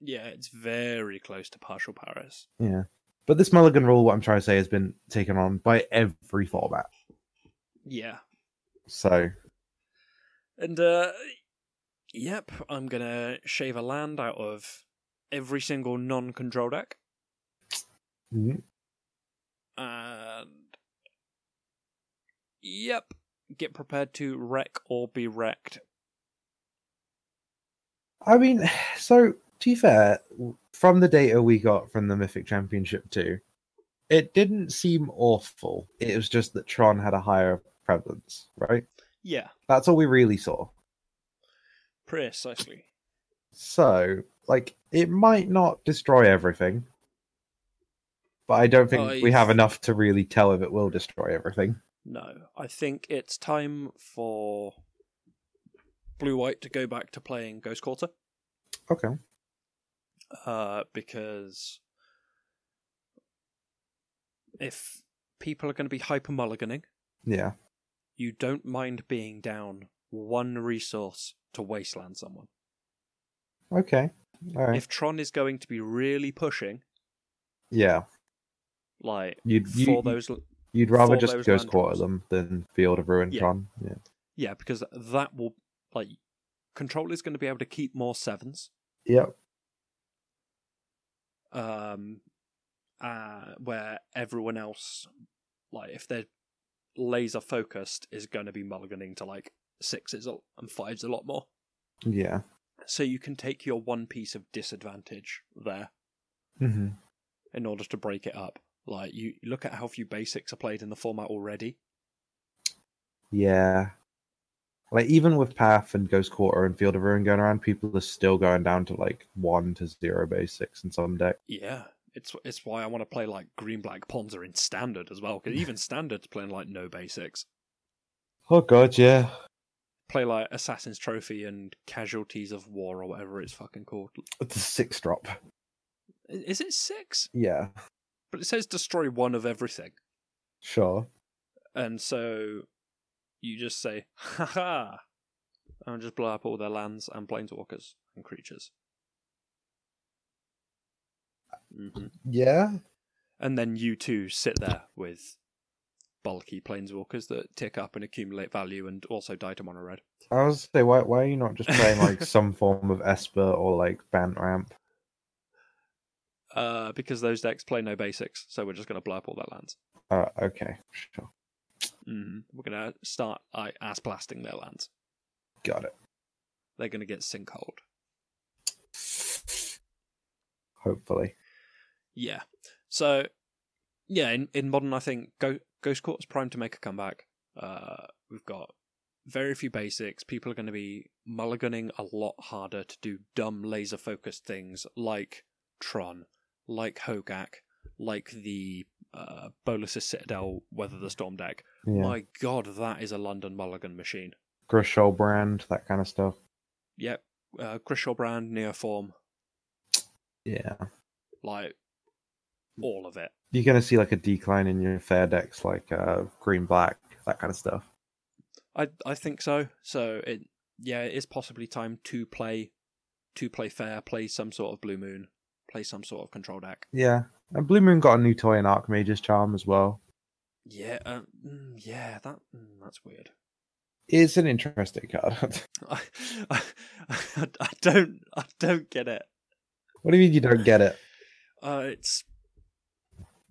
S1: Yeah, it's very close to partial Paris.
S3: Yeah. But this mulligan rule, what I'm trying to say, has been taken on by every format.
S1: Yeah.
S3: So
S1: And uh yep, I'm gonna shave a land out of every single non control deck.
S3: mhm.
S1: And Yep. Get prepared to wreck or be wrecked.
S3: I mean, so to be fair, from the data we got from the Mythic Championship too, it didn't seem awful. It was just that Tron had a higher prevalence, right?
S1: Yeah,
S3: That's all we really saw.
S1: precisely.
S3: So, like, it might not destroy everything, but I don't think
S1: Oh,
S3: we
S1: it's-
S3: have enough to really tell if it will destroy everything.
S1: No, I think it's time for Blue White to go back to playing Ghost Quarter.
S3: Okay.
S1: uh, because if people are going to be hyper mulliganing,
S3: Yeah.
S1: you don't mind being down one resource to wasteland someone.
S3: Okay. All right.
S1: If Tron is going to be really pushing,
S3: yeah.
S1: like
S3: You'd you,
S1: for those, l-
S3: you'd rather
S1: for
S3: just
S1: those
S3: ghost
S1: land
S3: quarter
S1: drops.
S3: them than field of ruin
S1: Yeah.
S3: Tron. Yeah.
S1: yeah, because that will like control is going to be able to keep more sevens.
S3: Yep.
S1: um, uh, where everyone else, like if they're laser focused, is going to be mulliganing to like sixes a- and fives a lot more.
S3: Yeah.
S1: So you can take your one piece of disadvantage there
S3: hmm
S1: in order to break it up. Like you look at how few basics are played in the format already.
S3: Yeah. Like even with Path and Ghost Quarter and Field of Ruin going around, people are still going down to like one to zero basics in some deck.
S1: Yeah, it's it's why I want to play like green black Ponza in standard as well. Because even standard's playing like no basics.
S3: Oh god, yeah.
S1: Play like Assassin's Trophy and Casualties of War or whatever it's fucking called.
S3: It's a six drop.
S1: I- Is it six?
S3: Yeah.
S1: But it says destroy one of everything.
S3: Sure.
S1: And so you just say, ha ha, and just blow up all their lands and planeswalkers and creatures. hmm
S3: Yeah.
S1: And then you two sit there with bulky planeswalkers that tick up and accumulate value and also die to mono red.
S3: I was gonna say, why why are you not just playing like some form of Esper or like Bant Ramp?
S1: Uh, because those decks play no basics, so we're just going to blow up all their lands.
S3: Uh, okay, sure,
S1: hmm We're going to start like, ass blasting their lands.
S3: got it.
S1: They're going to get sinkholed.
S3: Hopefully,
S1: Yeah. So, yeah, in, in modern, I think Go- Ghost Quarter's primed to make a comeback. Uh, we've got very few basics. People are going to be mulliganing a lot harder to do dumb laser focused things like Tron, like Hogak, like the uh, Bolus's Citadel Weather the Storm deck.
S3: yeah.
S1: My god, that is a London mulligan machine.
S3: Grishol brand, that kind of stuff.
S1: Yep. Uh, Grishol brand, Neoform,
S3: Yeah,
S1: like all of it.
S3: you're gonna see like a decline in your fair decks, like uh, green black, that kind of stuff.
S1: I I think so. So it yeah, it is possibly time to play to play fair, play some sort of blue moon, play some sort of control deck.
S3: Yeah, and Blue Moon got a new toy in Archmage's Charm as well.
S1: Yeah, um, mm, yeah, that mm, that's weird.
S3: It's an interesting card.
S1: I, I I don't I don't get it.
S3: what do you mean you don't get it?
S1: Uh, it's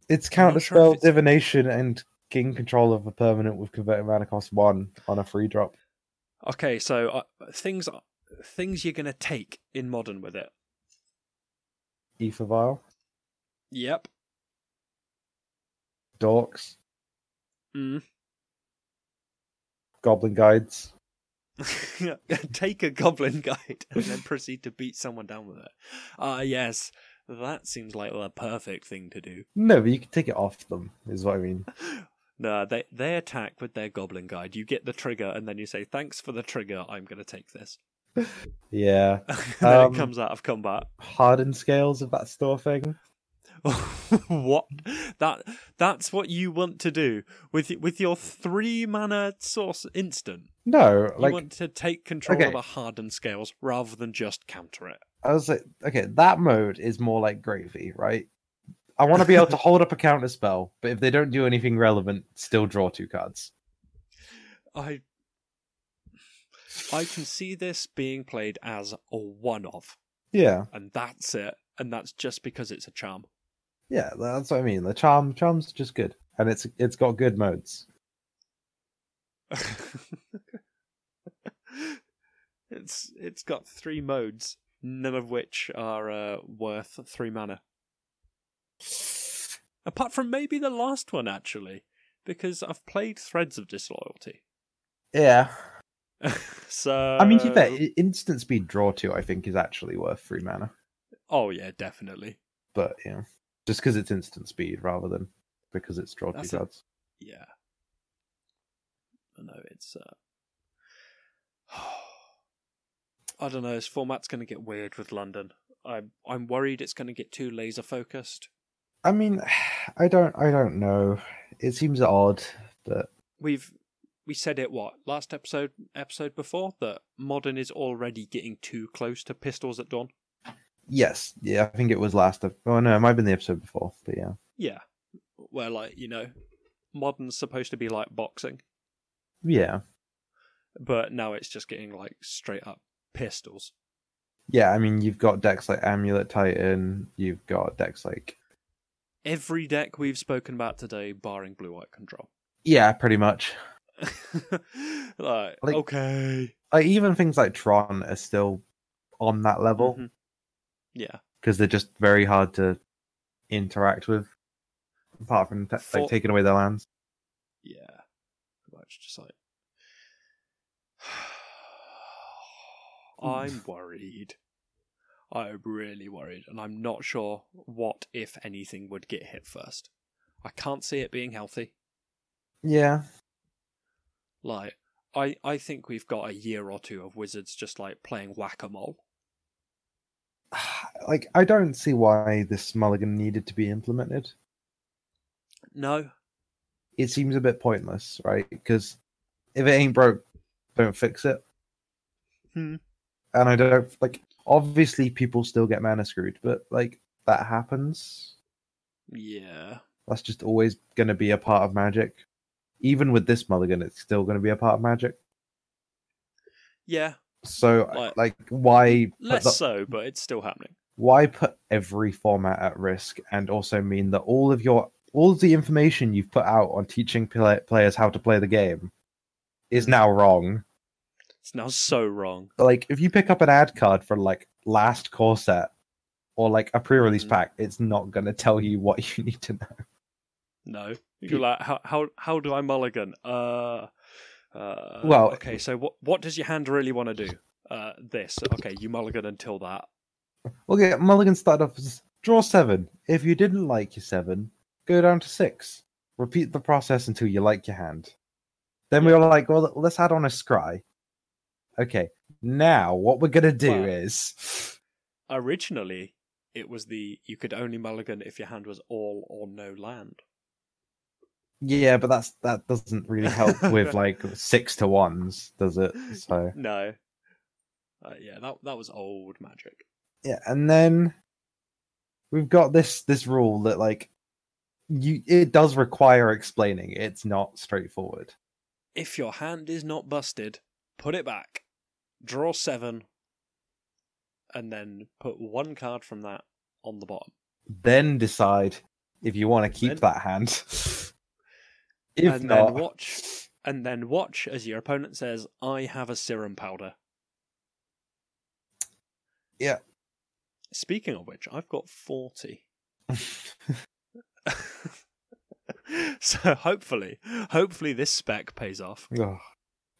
S3: It's
S1: I'm
S3: counter
S1: not sure
S3: spell,
S1: if it's-
S3: divination, and gain control of a permanent with converted mana cost one on a free drop.
S1: okay. So uh, things things you're gonna take in modern with it.
S3: Ether Vial,
S1: Yep.
S3: Dorks.
S1: Mm.
S3: goblin guides.
S1: take a goblin guide and then proceed to beat someone down with it. Ah, yes, that seems like the perfect thing to do.
S3: No, but you can take it off them, is what I mean.
S1: No, they they attack with their goblin guide. You get the trigger, and then you say, "Thanks for the trigger. I'm going to take this."
S3: Yeah.
S1: And then
S3: Um,
S1: it comes out of combat.
S3: Hardened scales, if that's still a thing.
S1: what? That that's what you want to do with y- with your three mana source instant.
S3: No,
S1: You
S3: like,
S1: want to take control
S3: okay.
S1: of a hardened scales rather than just counter it.
S3: I was like, okay, that mode is more like gravy, right? I want to be able to hold up a counter spell, but if they don't do anything relevant, still draw two cards.
S1: I I can see this being played as a one off,
S3: Yeah,
S1: and that's it. And that's just because it's a charm.
S3: yeah, that's what I mean. The charm, charm's just good, and it's it's got good modes.
S1: it's it's got three modes, none of which are uh, worth three mana. Apart from maybe the last one actually, because I've played Threads of Disloyalty.
S3: Yeah,
S1: so
S3: I mean, to be
S1: Uh,
S3: fair, i- instant speed draw two, I think, is actually worth three mana,
S1: Oh yeah, definitely.
S3: but yeah, just because it's instant speed rather than because it's draw
S1: That's
S3: two
S1: a-
S3: cards.
S1: Yeah. I know it's uh I don't know, this format's gonna get weird with London. I'm I'm worried it's gonna get too laser focused.
S3: I mean, I don't, I don't know. It seems odd that
S1: We've we said it what, last episode episode before that modern is already getting too close to pistols at dawn.
S3: Yes, yeah, I think it was last. Ep- oh no, it might have been the episode before, but yeah,
S1: Yeah. Where like, you know, modern's supposed to be like boxing,
S3: yeah,
S1: but now it's just getting like straight up pistols.
S3: yeah. I mean, you've got decks like Amulet Titan, you've got decks like
S1: Every deck we've spoken about today, barring blue white control.
S3: yeah, pretty much.
S1: like,
S3: Like-
S1: okay.
S3: Like even things like Tron are still on that level
S1: Mhm. Yeah.
S3: because they're just very hard to interact with, apart from ta-
S1: For-
S3: like taking away their lands.
S1: Yeah. Pretty Much just like I'm worried. I'm really worried, and I'm not sure what, if anything, would get hit first. I can't see it being healthy.
S3: Yeah,
S1: Like, I, I think we've got a year or two of wizards just like playing whack a mole.
S3: like I don't see why this mulligan needed to be implemented.
S1: No,
S3: It seems a bit pointless, right? Because if it ain't broke, don't fix it.
S1: Hmm.
S3: and I don't like. Obviously, people still get mana screwed, but like that happens.
S1: yeah.
S3: That's just always going to be a part of Magic. Even with this mulligan, it's still going to be a part of Magic.
S1: Yeah,
S3: So,
S1: Like-
S3: like, why put
S1: less
S3: the,
S1: so, but it's still happening.
S3: why put every format at risk, and also mean that all of your all of the information you've put out on teaching pla players how to play the game is now wrong.
S1: It's now so wrong.
S3: Like, if you pick up an ad card for like last core set or like a pre-release
S1: Mm.
S3: pack, it's not going to tell you what you need to know.
S1: No, you're like how how how do I mulligan? Uh, uh
S3: Well-
S1: okay. So what what does your hand really want to do? Uh, this. Okay, you mulligan until that.
S3: Okay, Mulligan started off as draw seven. If you didn't like your seven, go down to six. Repeat the process until you like your hand. Then we were like, well, let's add on a scry. Okay, now what we're gonna do
S1: Well-
S3: is,
S1: Originally, it was the you could only mulligan if your hand was all or no land.
S3: yeah, but that's that doesn't really help with like six to ones, does it? So
S1: No. Uh, yeah, that that was old magic.
S3: yeah, and then we've got this this rule that like you it does require explaining. It's not straightforward.
S1: If your hand is not busted, put it back. Draw seven, and then put one card from that on the bottom.
S3: then decide if you want to keep
S1: Then-
S3: that hand. if
S1: and
S3: not,
S1: then watch and then watch as your opponent says i have a serum powder
S3: Yeah.
S1: speaking of which i've got 40 so hopefully hopefully this spec pays off
S3: Ugh.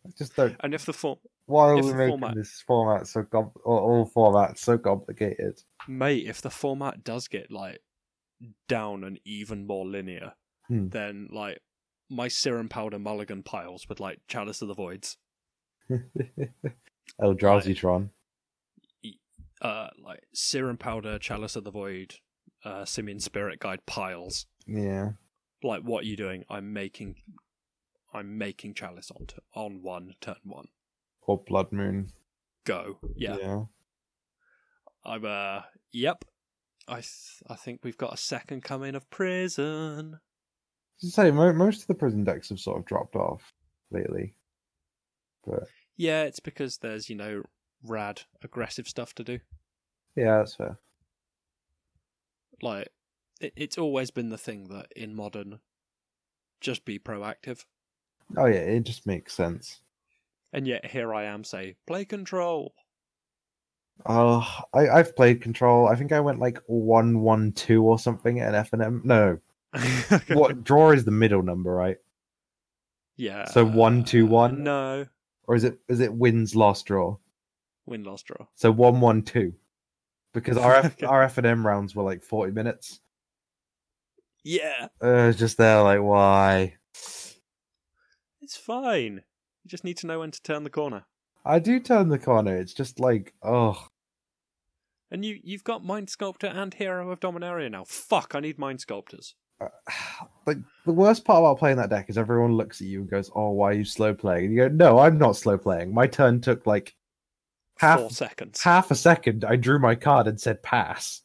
S3: I just don't.
S1: and if the form
S3: Why are
S1: If
S3: we
S1: the
S3: making
S1: format-
S3: this format so com- or all formats so complicated?
S1: mate if the format does get like down and even more linear
S3: Hmm.
S1: then like my serum powder mulligan piles with like chalice of the voids
S3: Eldrazi-tron.
S1: uh like serum powder chalice of the void uh simian spirit guide piles
S3: Yeah,
S1: like what are you doing i'm making i'm making chalice on t- on one turn one
S3: or Blood Moon.
S1: go yeah, i'm uh yep I th- I think we've got a second coming of prison.
S3: As I say, mo- most of the prison decks have sort of dropped off lately. But
S1: Yeah, it's because there's you know rad aggressive stuff to do.
S3: yeah, that's fair.
S1: Like it, it's always been the thing that in modern, just be proactive.
S3: Oh yeah, it just makes sense.
S1: And yet here I am, say play control.
S3: Uh, I I've played Control. I think I went like one one two or something at an F and M. No, what draw is the middle number, right?
S1: Yeah.
S3: So one, two,
S1: uh,
S3: one?
S1: No.
S3: Or is it is it wins loss draw?
S1: Win, loss, draw.
S3: So one one two, because RF
S1: Okay.
S3: RF and M rounds were like forty minutes.
S1: Yeah,
S3: Uh, just there, like why?
S1: it's fine. You just need to know when to turn the corner.
S3: I do turn the corner. It's just like oh
S1: And you, you've got Mind Sculptor and Hero of Dominaria now. Fuck, I need Mind Sculptors.
S3: like the worst part about playing that deck is everyone looks at you and goes, "Oh, why are you slow playing?" And you go, "No, I'm not slow playing. My turn took like half
S1: Four seconds.
S3: half a second. I drew my card and said pass."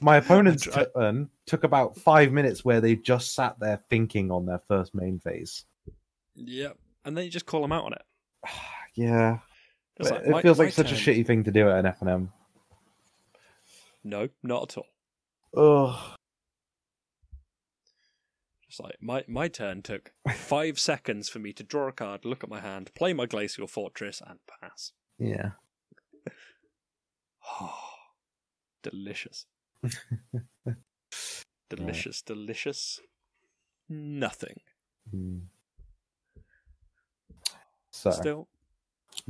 S3: My opponent's
S1: I- I-
S3: turn took about five minutes where they just sat there thinking on their first main phase.
S1: yep. And then you just call them out on it.
S3: Yeah,
S1: It's like,
S3: it
S1: my-
S3: feels
S1: my
S3: like such
S1: turn.
S3: a shitty thing to do at an F and M.
S1: No, not at all.
S3: Ugh.
S1: Just like my, my turn took five seconds for me to draw a card, look at my hand, play my Glacial Fortress, and pass.
S3: Yeah.
S1: delicious. delicious, delicious. Nothing.
S3: Hmm. So,
S1: Still,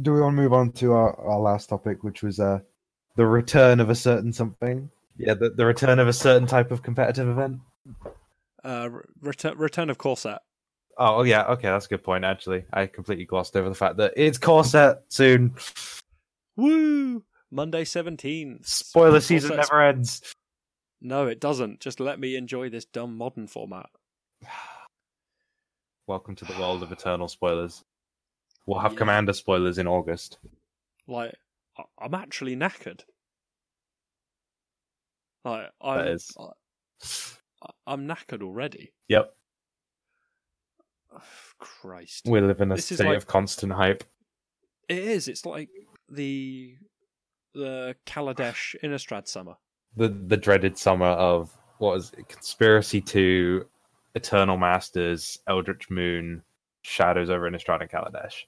S3: do we want to move on to our, our last topic, which was uh, the return of a certain something? Yeah, the, the return of a certain type of competitive event.
S1: uh, re- return, return of Corset.
S3: Oh, yeah. Okay, that's a good point. Actually, I completely glossed over the fact that it's Corset soon.
S1: Woo! Monday 17th.
S3: Spoiler season
S1: Corset's-
S3: never ends.
S1: No, it doesn't. Just let me enjoy this dumb modern format.
S3: Welcome to the world of eternal spoilers. We'll have
S1: Yeah.
S3: commander spoilers in August.
S1: Like, I- I'm actually knackered. Like, I'm,
S3: That is.
S1: I- I'm knackered already.
S3: Yep,
S1: Christ.
S3: we live in a
S1: This is
S3: state
S1: like-
S3: of constant hype.
S1: It is. It's like the the Kaladesh Innistrad summer.
S3: the the dreaded summer of what was it? conspiracy to eternal masters eldritch moon shadows over innistrad and kaladesh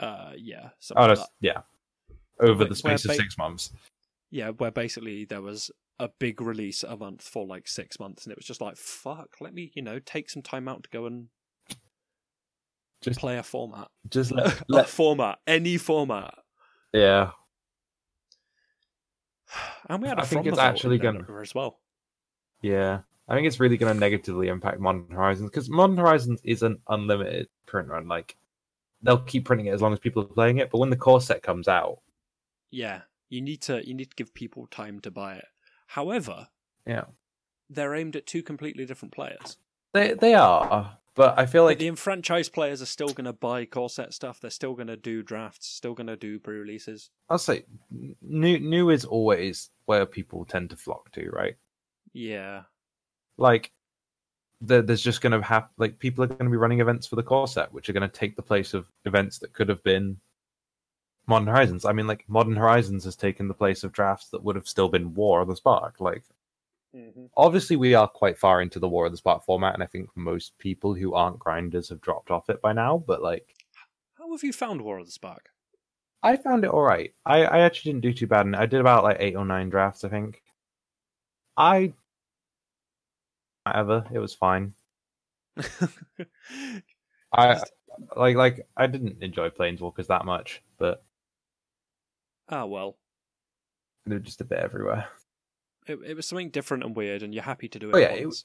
S1: Uh, yeah. something
S3: oh
S1: like
S3: that's
S1: that.
S3: yeah over
S1: Wait,
S3: the space of
S1: where ba-
S3: six months
S1: Yeah, where basically there was a big release a month for like six months, and it was just like, fuck, let me, you know, take some time out to go and
S3: Just-
S1: play a format.
S3: just let,
S1: a format, any format.
S3: yeah
S1: And we had a
S3: I think
S1: From
S3: it's
S1: the Vault
S3: actually
S1: in there
S3: gonna-
S1: as well.
S3: yeah i think it's really going to negatively impact modern horizons because modern horizons is an unlimited print run like they'll keep printing it as long as people are playing it but when the core set comes out
S1: Yeah, you need to you need to give people time to buy it. However,
S3: Yeah.
S1: they're aimed at two completely different players.
S3: they they are but i feel
S1: Like
S3: like
S1: the enfranchised players are still going to buy corset stuff. They're still going to do drafts. Still going to do pre-releases.
S3: i'll say n- new new is always where people tend to flock to right
S1: Yeah,
S3: like there, there's just going to have like people are going to be running events for the core set which are going to take the place of events that could have been modern horizons i mean like modern horizons has taken the place of drafts that would have still been war of the spark like obviously we are quite far into the war of the spark format and i think most people who aren't grinders have dropped off it by now but like
S1: How have you found War of the Spark?
S3: i found it all right i, I actually didn't do too bad and i did about like eight or nine drafts i think i whatever it was fine I
S1: Just-
S3: like like I didn't enjoy Planeswalkers that much, but
S1: ah, well,
S3: they're just a bit everywhere.
S1: it, it was something different and weird, and you're happy to do it.
S3: Oh, yeah, it
S1: once.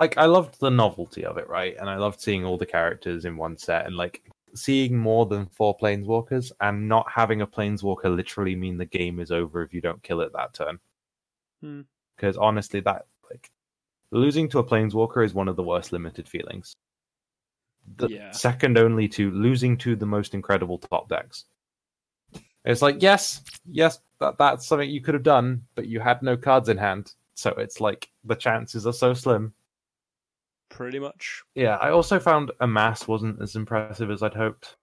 S3: Like I loved the novelty of it, right? And I loved seeing all the characters in one set and like seeing more than four planeswalkers and not having a planeswalker literally mean the game is over if you don't kill it that turn.
S1: Hmm.
S3: Because honestly that like losing to a planeswalker is one of the worst limited feelings. The
S1: Yeah.
S3: second only to losing to the most incredible top decks. It's like, yes, yes, that that's something you could have done, but you had no cards in hand. So it's like the chances are so slim.
S1: Pretty much.
S3: Yeah, I also found Amass wasn't as impressive as I'd hoped.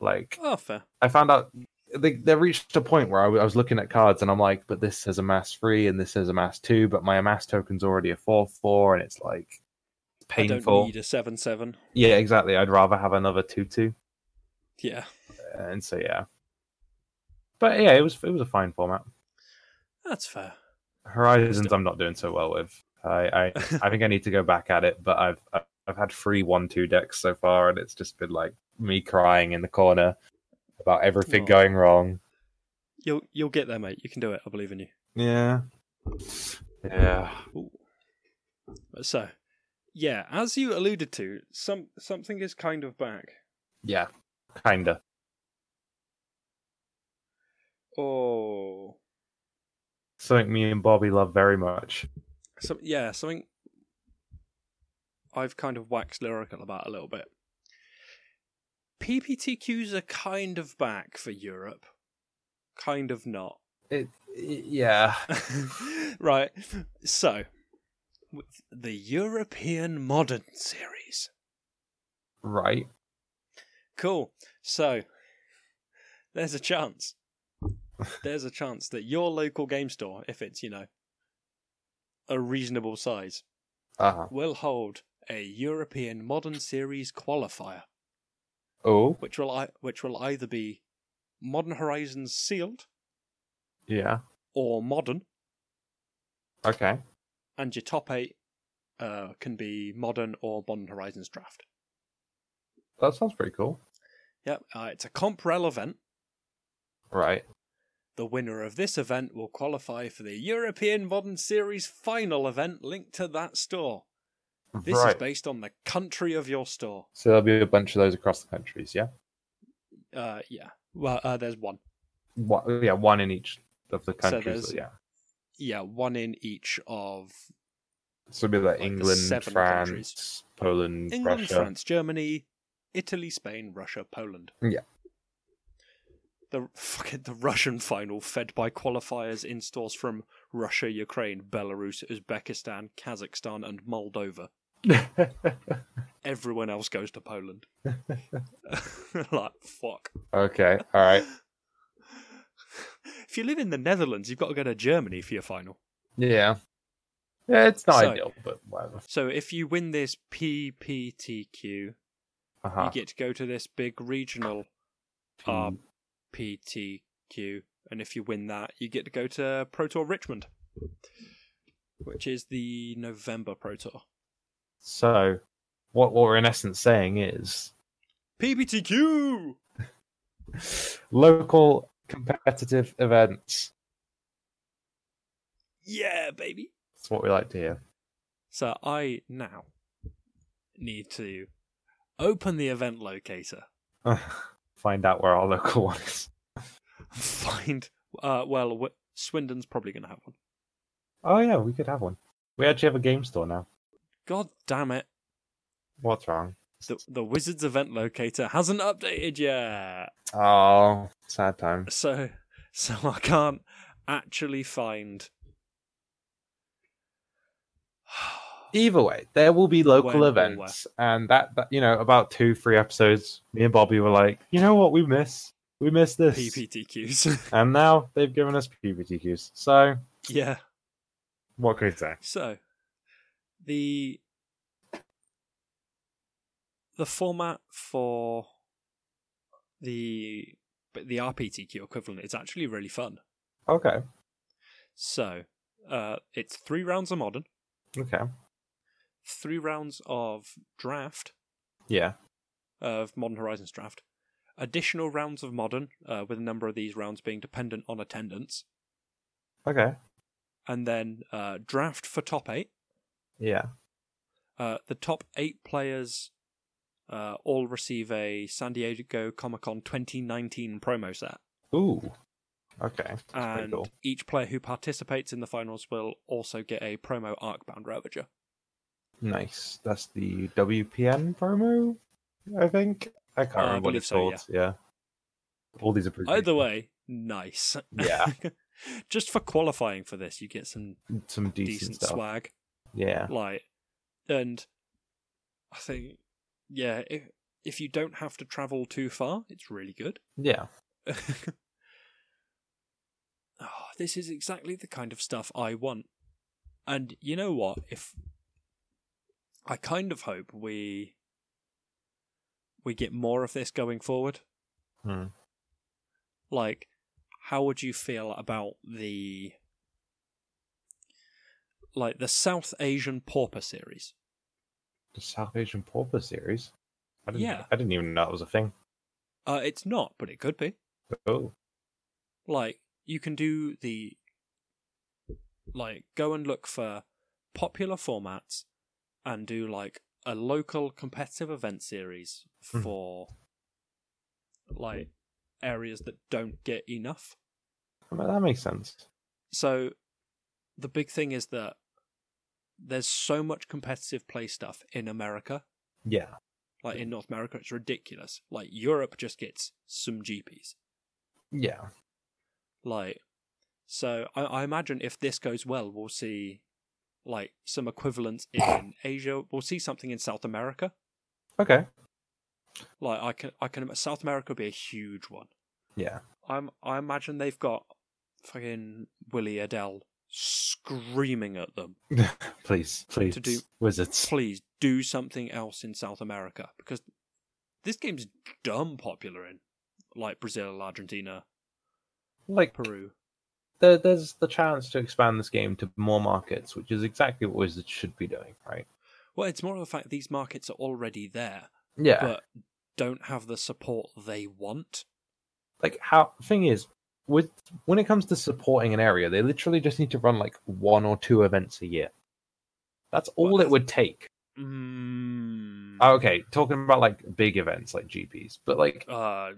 S3: Like,
S1: Oh, fair.
S3: I found out they, they reached a point where I w- I was looking at cards and I'm like, but this says Amass 3 and this says Amass 2, but my Amass token's already a 4 4, and it's like
S1: I
S3: painful.
S1: don't need a seven seven.
S3: Yeah, exactly. I'd rather have another 2 2.
S1: Yeah.
S3: And so, yeah. But yeah, it was it was a fine format.
S1: That's fair.
S3: Horizons, I'm not doing so well with. I, I I think I need to go back at it, but I've I've- I've had three one two decks so far, and it's just been like me crying in the corner about everything
S1: Aw.
S3: going wrong.
S1: You'll you'll get there, mate. You can do it. I believe in you.
S3: Yeah, yeah.
S1: So, yeah, as you alluded to, some something is kind of back.
S3: Yeah, kinda.
S1: Oh,
S3: Something me and Bobby love very much.
S1: some yeah, something I've kind of waxed lyrical about a little bit. PPTQs are kind of back for Europe, kind of not.
S3: It, yeah,
S1: right. So, with the European Modern series.
S3: right.
S1: Cool. So, there's a chance. There's a chance that your local game store, if it's, you know, a reasonable size,
S3: Uh huh.
S1: will hold a European Modern Series qualifier,
S3: Oh,
S1: which will ei- which will either be Modern Horizons sealed
S3: yeah.
S1: or modern,
S3: Okay.
S1: and your top eight uh, can be modern or Modern Horizons draft.
S3: That sounds pretty cool.
S1: Yep, uh, it's a Comprel event.
S3: Right.
S1: The winner of this event will qualify for the European Modern Series final event linked to that store. This is
S3: right.
S1: based on the country of your store.
S3: so there'll be a bunch of those across the countries. Yeah.
S1: Uh, yeah. Well, uh, there's one.
S3: One, yeah, one in each of the
S1: So
S3: countries.
S1: there's-
S3: yeah.
S1: Yeah, one in each of
S3: So it'd be like
S1: the
S3: England,
S1: seven
S3: France,
S1: countries.
S3: Poland,
S1: England,
S3: Russia.
S1: France, Germany, Italy, Spain, Russia, Poland.
S3: Yeah.
S1: The fucking the Russian final fed by qualifiers in stores from Russia, Ukraine, Belarus, Uzbekistan, Kazakhstan, and Moldova. everyone else goes to Poland. like fuck.
S3: okay, all right.
S1: If you live in the Netherlands, you've got to go to Germany for your final.
S3: Yeah. Yeah, it's not
S1: So-
S3: ideal, but whatever.
S1: So if you win this PPTQ,
S3: Uh-huh.
S1: you get to go to this big regional um, PTQ, and if you win that, you get to go to Pro Tour Richmond, which is the November Pro Tour.
S3: so, what, what we're in essence saying is
S1: PPTQ.
S3: local competitive events.
S1: Yeah, baby.
S3: That's what we like to hear.
S1: So I now need to open the event locator,
S3: Find out where our local one is.
S1: find. Uh, well, w- Swindon's probably going to have one.
S3: Oh, yeah, we could have one. We actually have a game store now.
S1: God damn it!
S3: What's wrong?
S1: The the Wizards event locator hasn't updated yet,
S3: Oh, sad times.
S1: so so I can't actually find.
S3: either way, there will be local
S1: When or where.
S3: events, and that, that you know, about two, three episodes, me and Bobby were like, you know what, we miss, we miss this,
S1: PPTQs.
S3: and now they've given us PPTQs. So
S1: yeah.
S3: what can we say?
S1: So the the format for the but the RPTQ equivalent is actually really fun.
S3: Okay,
S1: So uh, it's three rounds of modern,
S3: okay,
S1: three rounds of draft
S3: yeah,
S1: of Modern Horizons draft, additional rounds of modern, uh, with a number of these rounds being dependent on attendance,
S3: okay,
S1: and then uh, draft for top eight.
S3: yeah,
S1: Uh, the top eight players uh, all receive a San Diego Comic Con 2019 promo set,
S3: ooh, okay, that's pretty
S1: and
S3: cool.
S1: each player who participates in the finals will also get a promo Arcbound Ravager.
S3: Nice. That's the WPN promo, I think. I can't
S1: Uh, I
S3: remember what
S1: believe
S3: it's
S1: so,
S3: called. yeah. all these are pretty.
S1: Either way, nice.
S3: Yeah.
S1: Just for qualifying for this, you get some
S3: Some decent,
S1: decent
S3: stuff.
S1: swag.
S3: Yeah.
S1: Like, and I think, yeah, if if you don't have to travel too far, it's really good.
S3: Yeah.
S1: oh, this is exactly the kind of stuff I want. And you know what? If I kind of hope we we get more of this going forward.
S3: Hmm.
S1: Like, how would you feel about the like the South Asian Pauper series?
S3: The South Asian Pauper series. I didn't,
S1: Yeah.
S3: I didn't even know that was a thing.
S1: Uh, it's not, but it could be.
S3: Oh.
S1: like you can do the like go and look for popular formats and do like a local competitive event series
S3: Mhm.
S1: for like areas that don't get enough
S3: I mean, that makes sense.
S1: so the big thing is that there's so much competitive play stuff in america
S3: Yeah.
S1: like in north america it's ridiculous like europe just gets some gps
S3: Yeah.
S1: Like, so I, I imagine if this goes well, we'll see like some equivalents in Asia. We'll see something in South America.
S3: Okay.
S1: Like I can, I can. South America would be a huge one.
S3: Yeah.
S1: I'm, I imagine they've got fucking Willie Adele screaming at them,
S3: please, please,
S1: To do-
S3: wizards.
S1: please do something else in South America because this game's dumb popular in like Brazil, Argentina,
S3: Like
S1: Peru.
S3: there, there's the chance to expand this game to more markets, which is exactly what Wizards should be doing, right?
S1: Well, it's more of the fact these markets are already there.
S3: Yeah.
S1: but don't have the support they want.
S3: like how thing is with when it comes to supporting an area, they literally just need to run like one or two events a year. That's all
S1: Well,
S3: it would take.
S1: Mm.
S3: Okay, talking about like big events like GPs, but like
S1: Uh,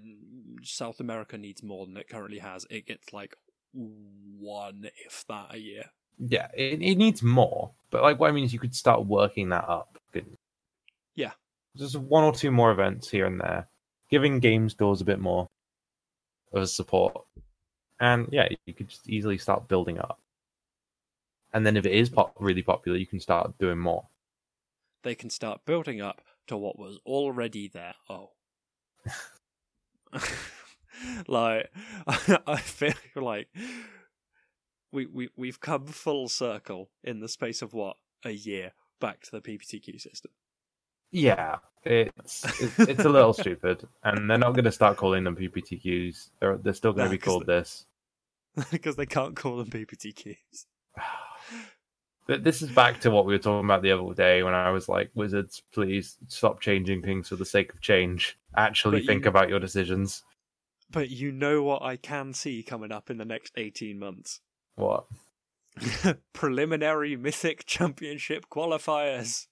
S1: South America needs more than it currently has. It gets like one, if that, a year.
S3: yeah, it, it needs more. But like what I mean is you could start working that up. couldn't you?
S1: Yeah.
S3: Just one or two more events here and there. Giving game stores a bit more of a support. And yeah, you could just easily start building up. And then if it is pop- really popular, you can start doing more.
S1: They can start building up to what was already there. Oh. like, I feel like we, we, we've come full circle in the space of what? A year back to the PPTQ system.
S3: Yeah, it's it's, it's a little stupid, and they're not going to start calling them PPTQs. They're they're still going
S1: No,
S3: to be
S1: 'cause
S3: called this.
S1: because they can't call them PPTQs.
S3: Th- This is back to what we were talking about the other day when I was like, "Wizards, please stop changing things for the sake of change. Actually,
S1: But
S3: think
S1: you-
S3: about your decisions."
S1: But you know what I can see coming up in the next 18 months?
S3: What?
S1: Preliminary Mythic Championship qualifiers.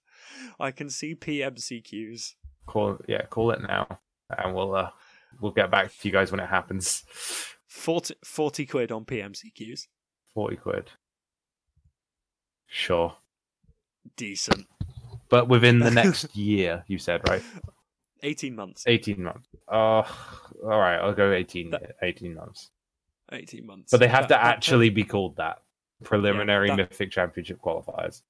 S1: I can see PMCQs.
S3: Call yeah, call it now, and we'll uh, we'll get back to you guys when it happens.
S1: 40, 40 quid on PMCQs.
S3: Forty quid, sure,
S1: Decent.
S3: but within the next year, you said right.
S1: 18 months.
S3: 18 months. Oh, all right. I'll go 18,
S1: That-
S3: 18 months.
S1: 18 months.
S3: But they have
S1: That-
S3: to
S1: that
S3: actually be called that. Preliminary
S1: Yeah, that-
S3: Mythic Championship qualifiers.
S1: ta-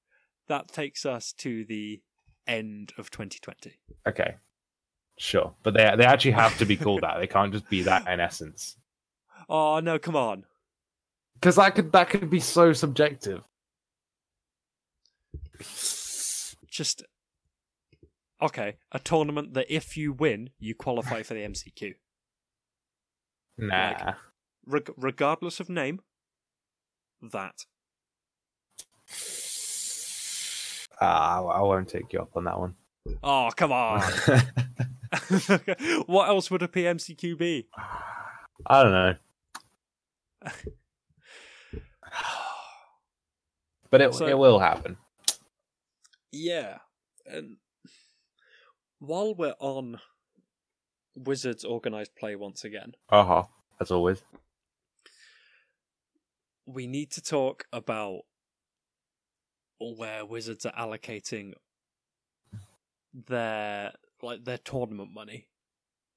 S1: that takes us to the end of 2020.
S3: Okay. Sure. But they they actually have to be called that. They can't just be that in essence.
S1: Oh, no, come on.
S3: Because that could that could be so subjective.
S1: Just. Okay, a tournament that if you win, you qualify for the MCQ.
S3: Nah.
S1: Reg- regardless of name, that.
S3: Ah, I I won't take you up on that one.
S1: Oh, come on.
S3: Ah.
S1: what else would a PMCQ be?
S3: I don't know. But it
S1: So-
S3: it will happen.
S1: Yeah. And while we're on Wizards organized play once again,
S3: Uh huh. As always.
S1: we need to talk about where Wizards are allocating their like their tournament money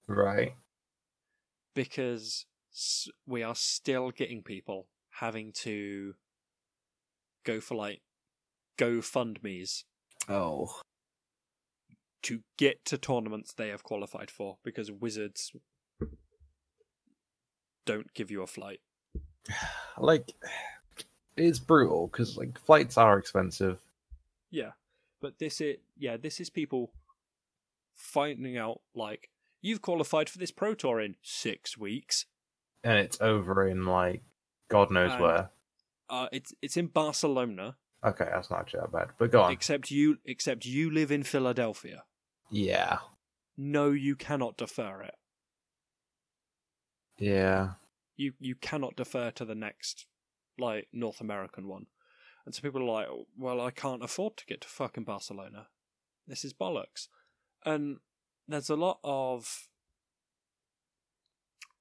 S3: Right.
S1: because s- we are still getting people having to go for like GoFundMe's
S2: Oh.
S1: to get to tournaments they have qualified for because Wizards don't give you a flight.
S3: Like, it's brutal because like flights are expensive.
S1: Yeah, but this is yeah, this is people finding out like you've qualified for this pro tour in six weeks.
S3: and it's over in like God knows
S1: Um,
S3: where.
S1: Uh, it's it's in Barcelona,
S3: Okay, that's not actually that bad. But go on.
S1: except you except you live in Philadelphia.
S3: yeah,
S1: No, you cannot defer it.
S3: yeah.
S1: You you cannot defer to the next like North American one. And so people are like, well, I can't afford to get to fucking Barcelona. This is bollocks. And there's a lot of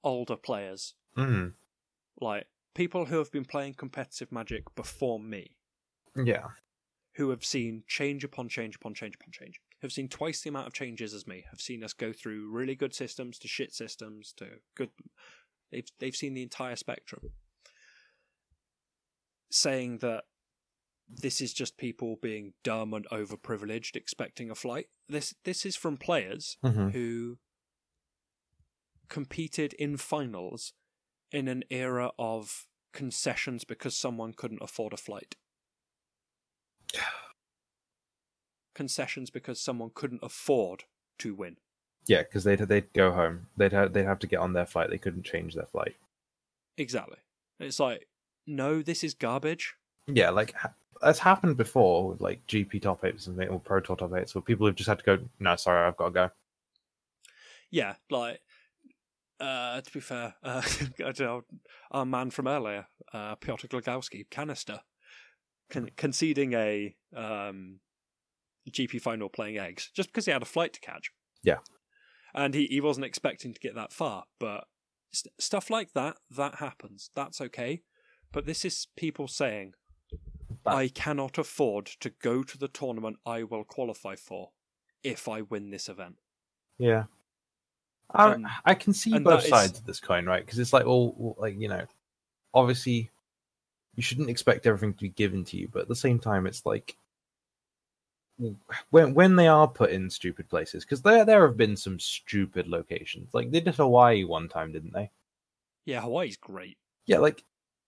S1: older players
S3: Mm.
S1: like people who have been playing competitive magic before me
S3: Yeah.
S1: who have seen change upon change upon change upon change have seen twice the amount of changes as me have seen us go through really good systems to shit systems to good they've they've seen the entire spectrum saying that this is just people being dumb and overprivileged expecting a flight this this is from players
S3: hmm
S1: who competed in finals in an era of concessions because someone couldn't afford a flight. concessions because someone couldn't afford to win.
S3: Yeah, because they'd they'd go home. They'd ha- they'd have to get on their flight. They couldn't change their flight.
S1: Exactly. And it's like, no, this is garbage.
S3: Yeah, like ha- that's happened before with like GP top eights and thing- or Pro Tour top eights, where people have just had to go. No, sorry, I've got to go.
S1: Yeah, like uh, to be fair, uh, I don't know, our man from earlier, uh, Piotr Glagowski, canister, con- conceding a um, GP final playing eggs just because he had a flight to catch.
S3: Yeah.
S1: and he, he wasn't expecting to get that far, but st- stuff like that that happens. That's okay, but this is people saying.
S3: But-
S1: I cannot afford to go to the tournament I will qualify for if I win this event.
S3: Yeah. I,
S1: And-
S3: I can see
S1: and
S3: both
S1: that is-
S3: sides of this coin, right? Because it's like, well, well, like you know, obviously, you shouldn't expect everything to be given to you, but at the same time, it's like when when they are put in stupid places, because there there have been some stupid locations. Like they did Hawaii one time, didn't they?
S1: Yeah, Hawaii's great.
S3: Yeah, like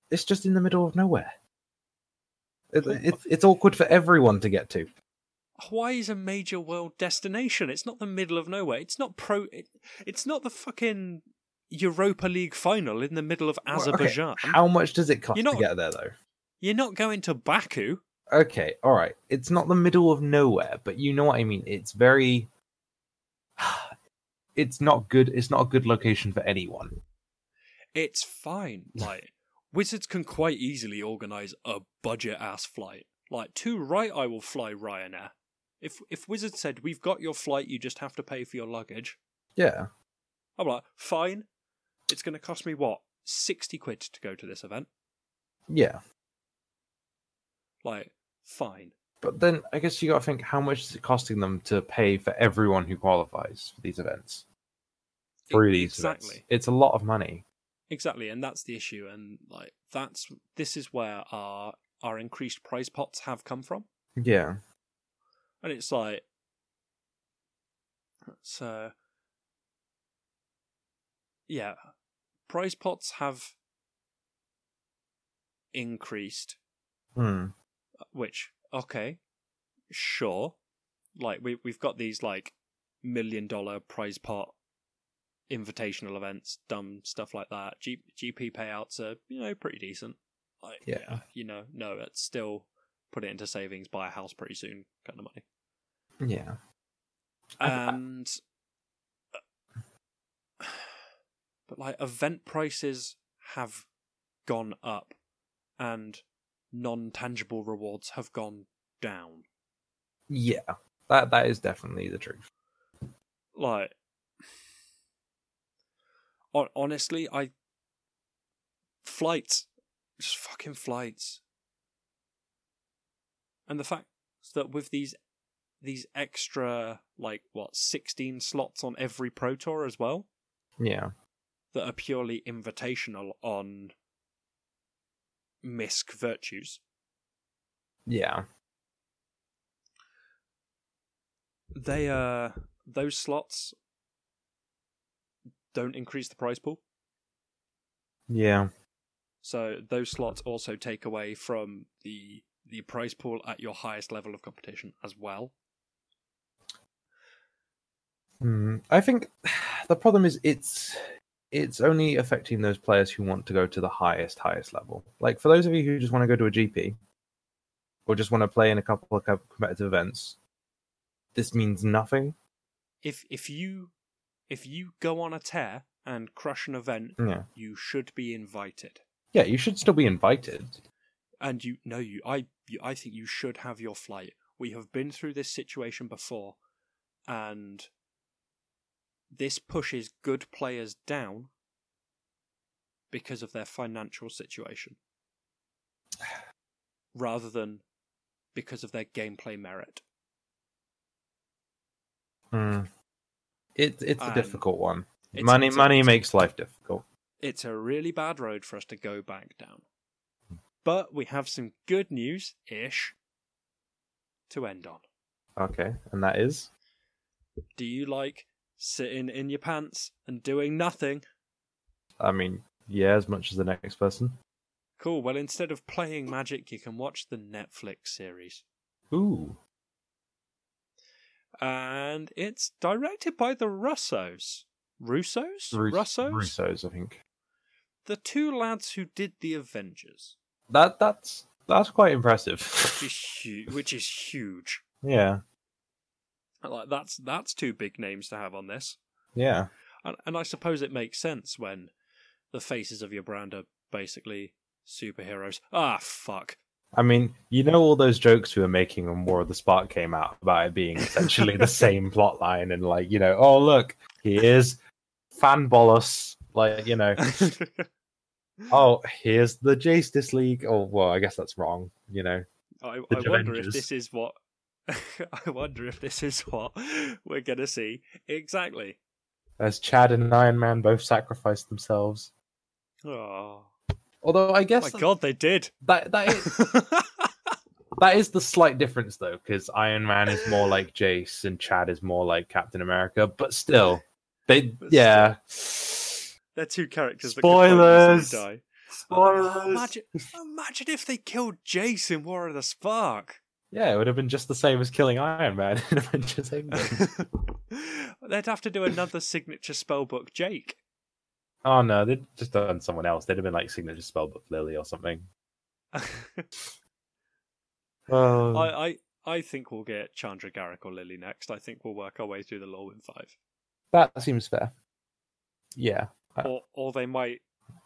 S3: it's just in the middle of nowhere. It, it's it's awkward for everyone to get to.
S1: Hawaii is a major world destination. It's not the middle of nowhere. It's not pro. It, it's not the fucking Europa League final in the middle of
S3: Well, okay,
S1: Azerbaijan.
S3: How much does it cost
S1: You're not-
S3: to get there, though?
S1: You're not going to Baku.
S3: okay, all right. It's not the middle of nowhere, but you know what I mean. It's very. It's not good. It's not a good location for anyone.
S1: It's fine. Like wizards can quite easily organize a budget ass flight. Like to right, I will fly Ryanair. If if wizards said we've got your flight, you just have to pay for your luggage.
S3: Yeah,
S1: I'm like fine. It's going to cost me what sixty quid to go to this event.
S3: yeah.
S1: Like fine.
S3: But then I guess you got to think: how much is it costing them to pay for everyone who qualifies for these events? Through these
S1: exactly.
S3: events, it's a lot of money.
S1: Exactly, and that's the issue, and like that's this is where our our increased prize pots have come from,
S3: Yeah,
S1: and it's like so yeah, prize pots have increased,
S3: hmm.
S1: which okay, sure, like we we've got these like million dollar prize pot invitational events, dumb stuff like that. G- GP payouts are you know pretty decent. Like,
S3: Yeah.
S1: you know, no, it's still put it into savings, buy a house pretty soon, kind of money.
S3: yeah. I-
S1: And uh, but like event prices have gone up, and non tangible rewards have gone down.
S3: Yeah, that that is definitely the truth.
S1: like Hon- honestly i flights just fucking flights and the fact that with these these extra like what 16 slots on every pro tour as well
S3: Yeah,
S1: that are purely invitational on misc virtues.
S3: Yeah.
S1: They uh those slots don't increase the prize pool.
S3: Yeah.
S1: So those slots also take away from the the prize pool at your highest level of competition as well.
S3: Hmm. I think the problem is it's it's only affecting those players who want to go to the highest highest level. Like for those of you who just want to go to a GP or just want to play in a couple of co- competitive events, this means nothing.
S1: If if you if you go on a tear and crush an event,
S3: Yeah.
S1: you should be invited.
S3: Yeah, you should still be invited.
S1: And you no you I you, I think you should have your flight. We have been through this situation before and this pushes good players down because of their financial situation rather than because of their gameplay merit.
S3: Hmm. It it's a
S1: Um,
S3: difficult one.
S1: it's-
S3: money
S1: it's a-
S3: money
S1: it's a-
S3: makes life difficult.
S1: It's a really bad road for us to go back down. But we have some good news ish to end on.
S3: Okay, and that is
S1: Do you like sitting in your pants and doing nothing?
S3: I mean, yeah, as much as the next person.
S1: Cool. Well, instead of playing Magic, you can watch the Netflix series.
S3: Ooh.
S1: And it's directed by the Russos. Russos?
S3: Rus-
S1: Russos?
S3: Russos, I think.
S1: The two lads who did the Avengers,
S3: That that's that's quite
S1: which
S3: impressive.
S1: is, hu- which is huge.
S3: yeah.
S1: Like that's that's two big names to have on this.
S3: Yeah.
S1: And, and I suppose it makes sense when the faces of your brand are basically superheroes. Ah, fuck.
S3: I mean, you know all those jokes we were making when War of the Spark came out about it being essentially the same plot line and like, you know, oh look, here's Fanbolus. Like, you know, oh, here's the Justice League. Oh well, I guess that's wrong, you know.
S1: I,
S3: The
S1: I wonder if
S3: Avengers.
S1: this is what I wonder if this is what we're gonna see exactly.
S3: As Chad and Iron Man both sacrificed themselves.
S1: Oh
S3: Although I guess
S1: my god, they did.
S3: that that is That is the slight difference, though, because Iron Man is more like Jace and Chad is more like Captain America. But still, they
S1: But
S3: yeah.
S1: They're two characters. that could quite
S3: Spoilers!
S1: easily die.
S3: Spoilers.
S1: Imagine, imagine if they killed Jace in War of the Spark.
S3: Yeah, it would have been just the same as killing Iron Man in Avengers Endgame.
S1: They'd have to do another signature spellbook, Jake.
S3: oh no, they'd just done someone else. They'd have been like signature spellbook Lily or something. Oh,
S1: I, I, I think we'll get Chandra, Garrick, or Lily next. I think we'll work our way through the law in five.
S3: that seems fair. Yeah, Uh,
S1: Or, or they might,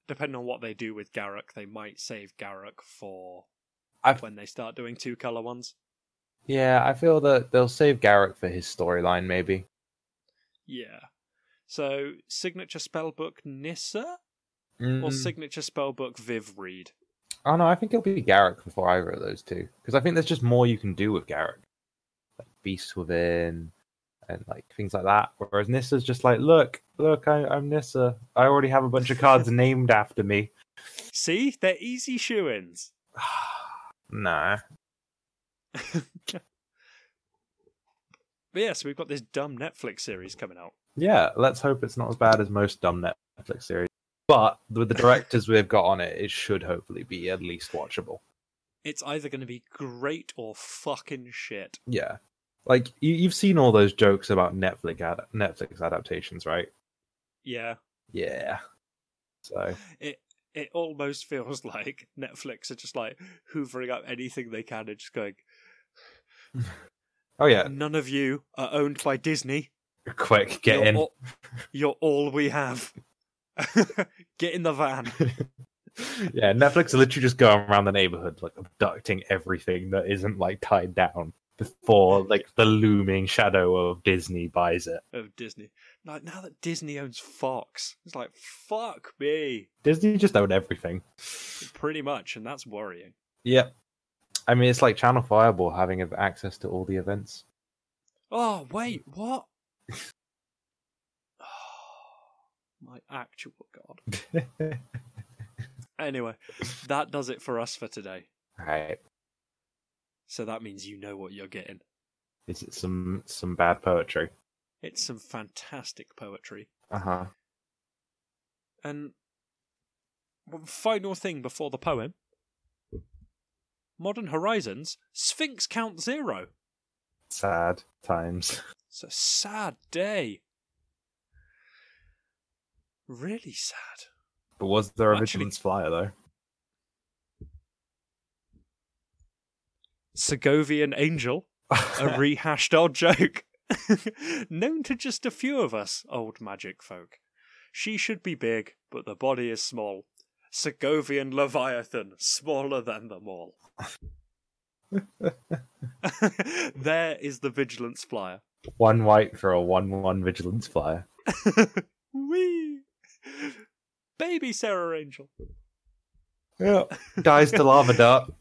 S1: depending on what they do with Garrick, they might save Garrick for
S3: I've-
S1: when they start doing two color ones.
S3: yeah. I feel that they'll save Garrick for his storyline, maybe.
S1: Yeah. So signature spellbook Nissa or
S3: Mm.
S1: signature spellbook Viv Reed.
S3: Oh no, I think it'll be Garrick before either of those two because I think there's just more you can do with Garrick, like Beasts Within, and like things like that. Whereas Nissa's just like, look, look, I, I'm Nissa. I already have a bunch of cards named after me.
S1: See, they're easy shoo-ins.
S3: nah.
S1: but yeah, so we've got this dumb Netflix series coming out.
S3: Yeah, let's hope it's not as bad as most dumb Netflix series. But with the directors we've got on it, it should hopefully be at least watchable.
S1: It's either going to be great or fucking shit.
S3: Yeah, like you, you've seen all those jokes about Netflix ad- Netflix adaptations, right?
S1: Yeah.
S3: Yeah. So.
S1: It almost feels like Netflix are just like hoovering up anything they can and just going,
S3: Oh yeah,
S1: none of you are owned by Disney.
S3: quick, get
S1: you're
S3: in.
S1: All, you're all we have. Get in the van.
S3: yeah, Netflix are literally just going around the neighborhood, like abducting everything that isn't like tied down before like the looming shadow of Disney buys it.
S1: Of Disney. Like now that Disney owns Fox, it's like, fuck me.
S3: Disney just own everything.
S1: Pretty much, and that's worrying.
S3: Yep. I mean, it's like Channel Fireball having av- access to all the events.
S1: Oh, wait, what? My actual god. Anyway, that does it for us for today.
S3: Right.
S1: So that means you know what you're getting.
S3: Is it some some bad poetry?
S1: It's some fantastic poetry.
S3: Uh huh.
S1: And one final thing before the poem Modern Horizons, Sphinx Count Zero.
S3: Sad times.
S1: It's a sad day. Really sad.
S3: But was there a
S1: Actually-
S3: vigilance flyer though?
S1: Segovian Angel, a rehashed old joke. Known to just a few of us, old magic folk. She should be big, but the body is small. Segovian Leviathan, smaller than them all. there is the vigilance flyer.
S3: one white for a one-one vigilance flyer.
S1: Wee! Baby Sarah Angel.
S3: Yeah. Dies to lava dart.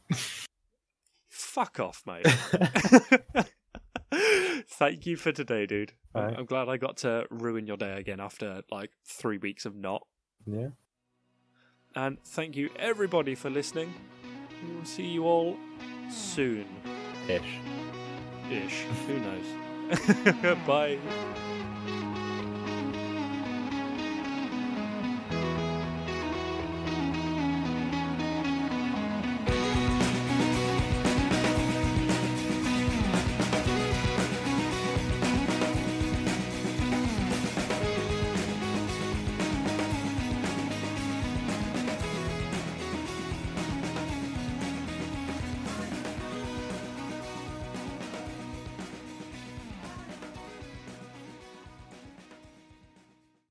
S1: Fuck off, mate. Thank you for today, dude. I'm-
S3: Alright.
S1: I'm glad I got to ruin your day again after like three weeks of not.
S3: yeah.
S1: And thank you, everybody, for listening. We will see you all soon
S3: Ish.
S1: ish. Who knows? Bye.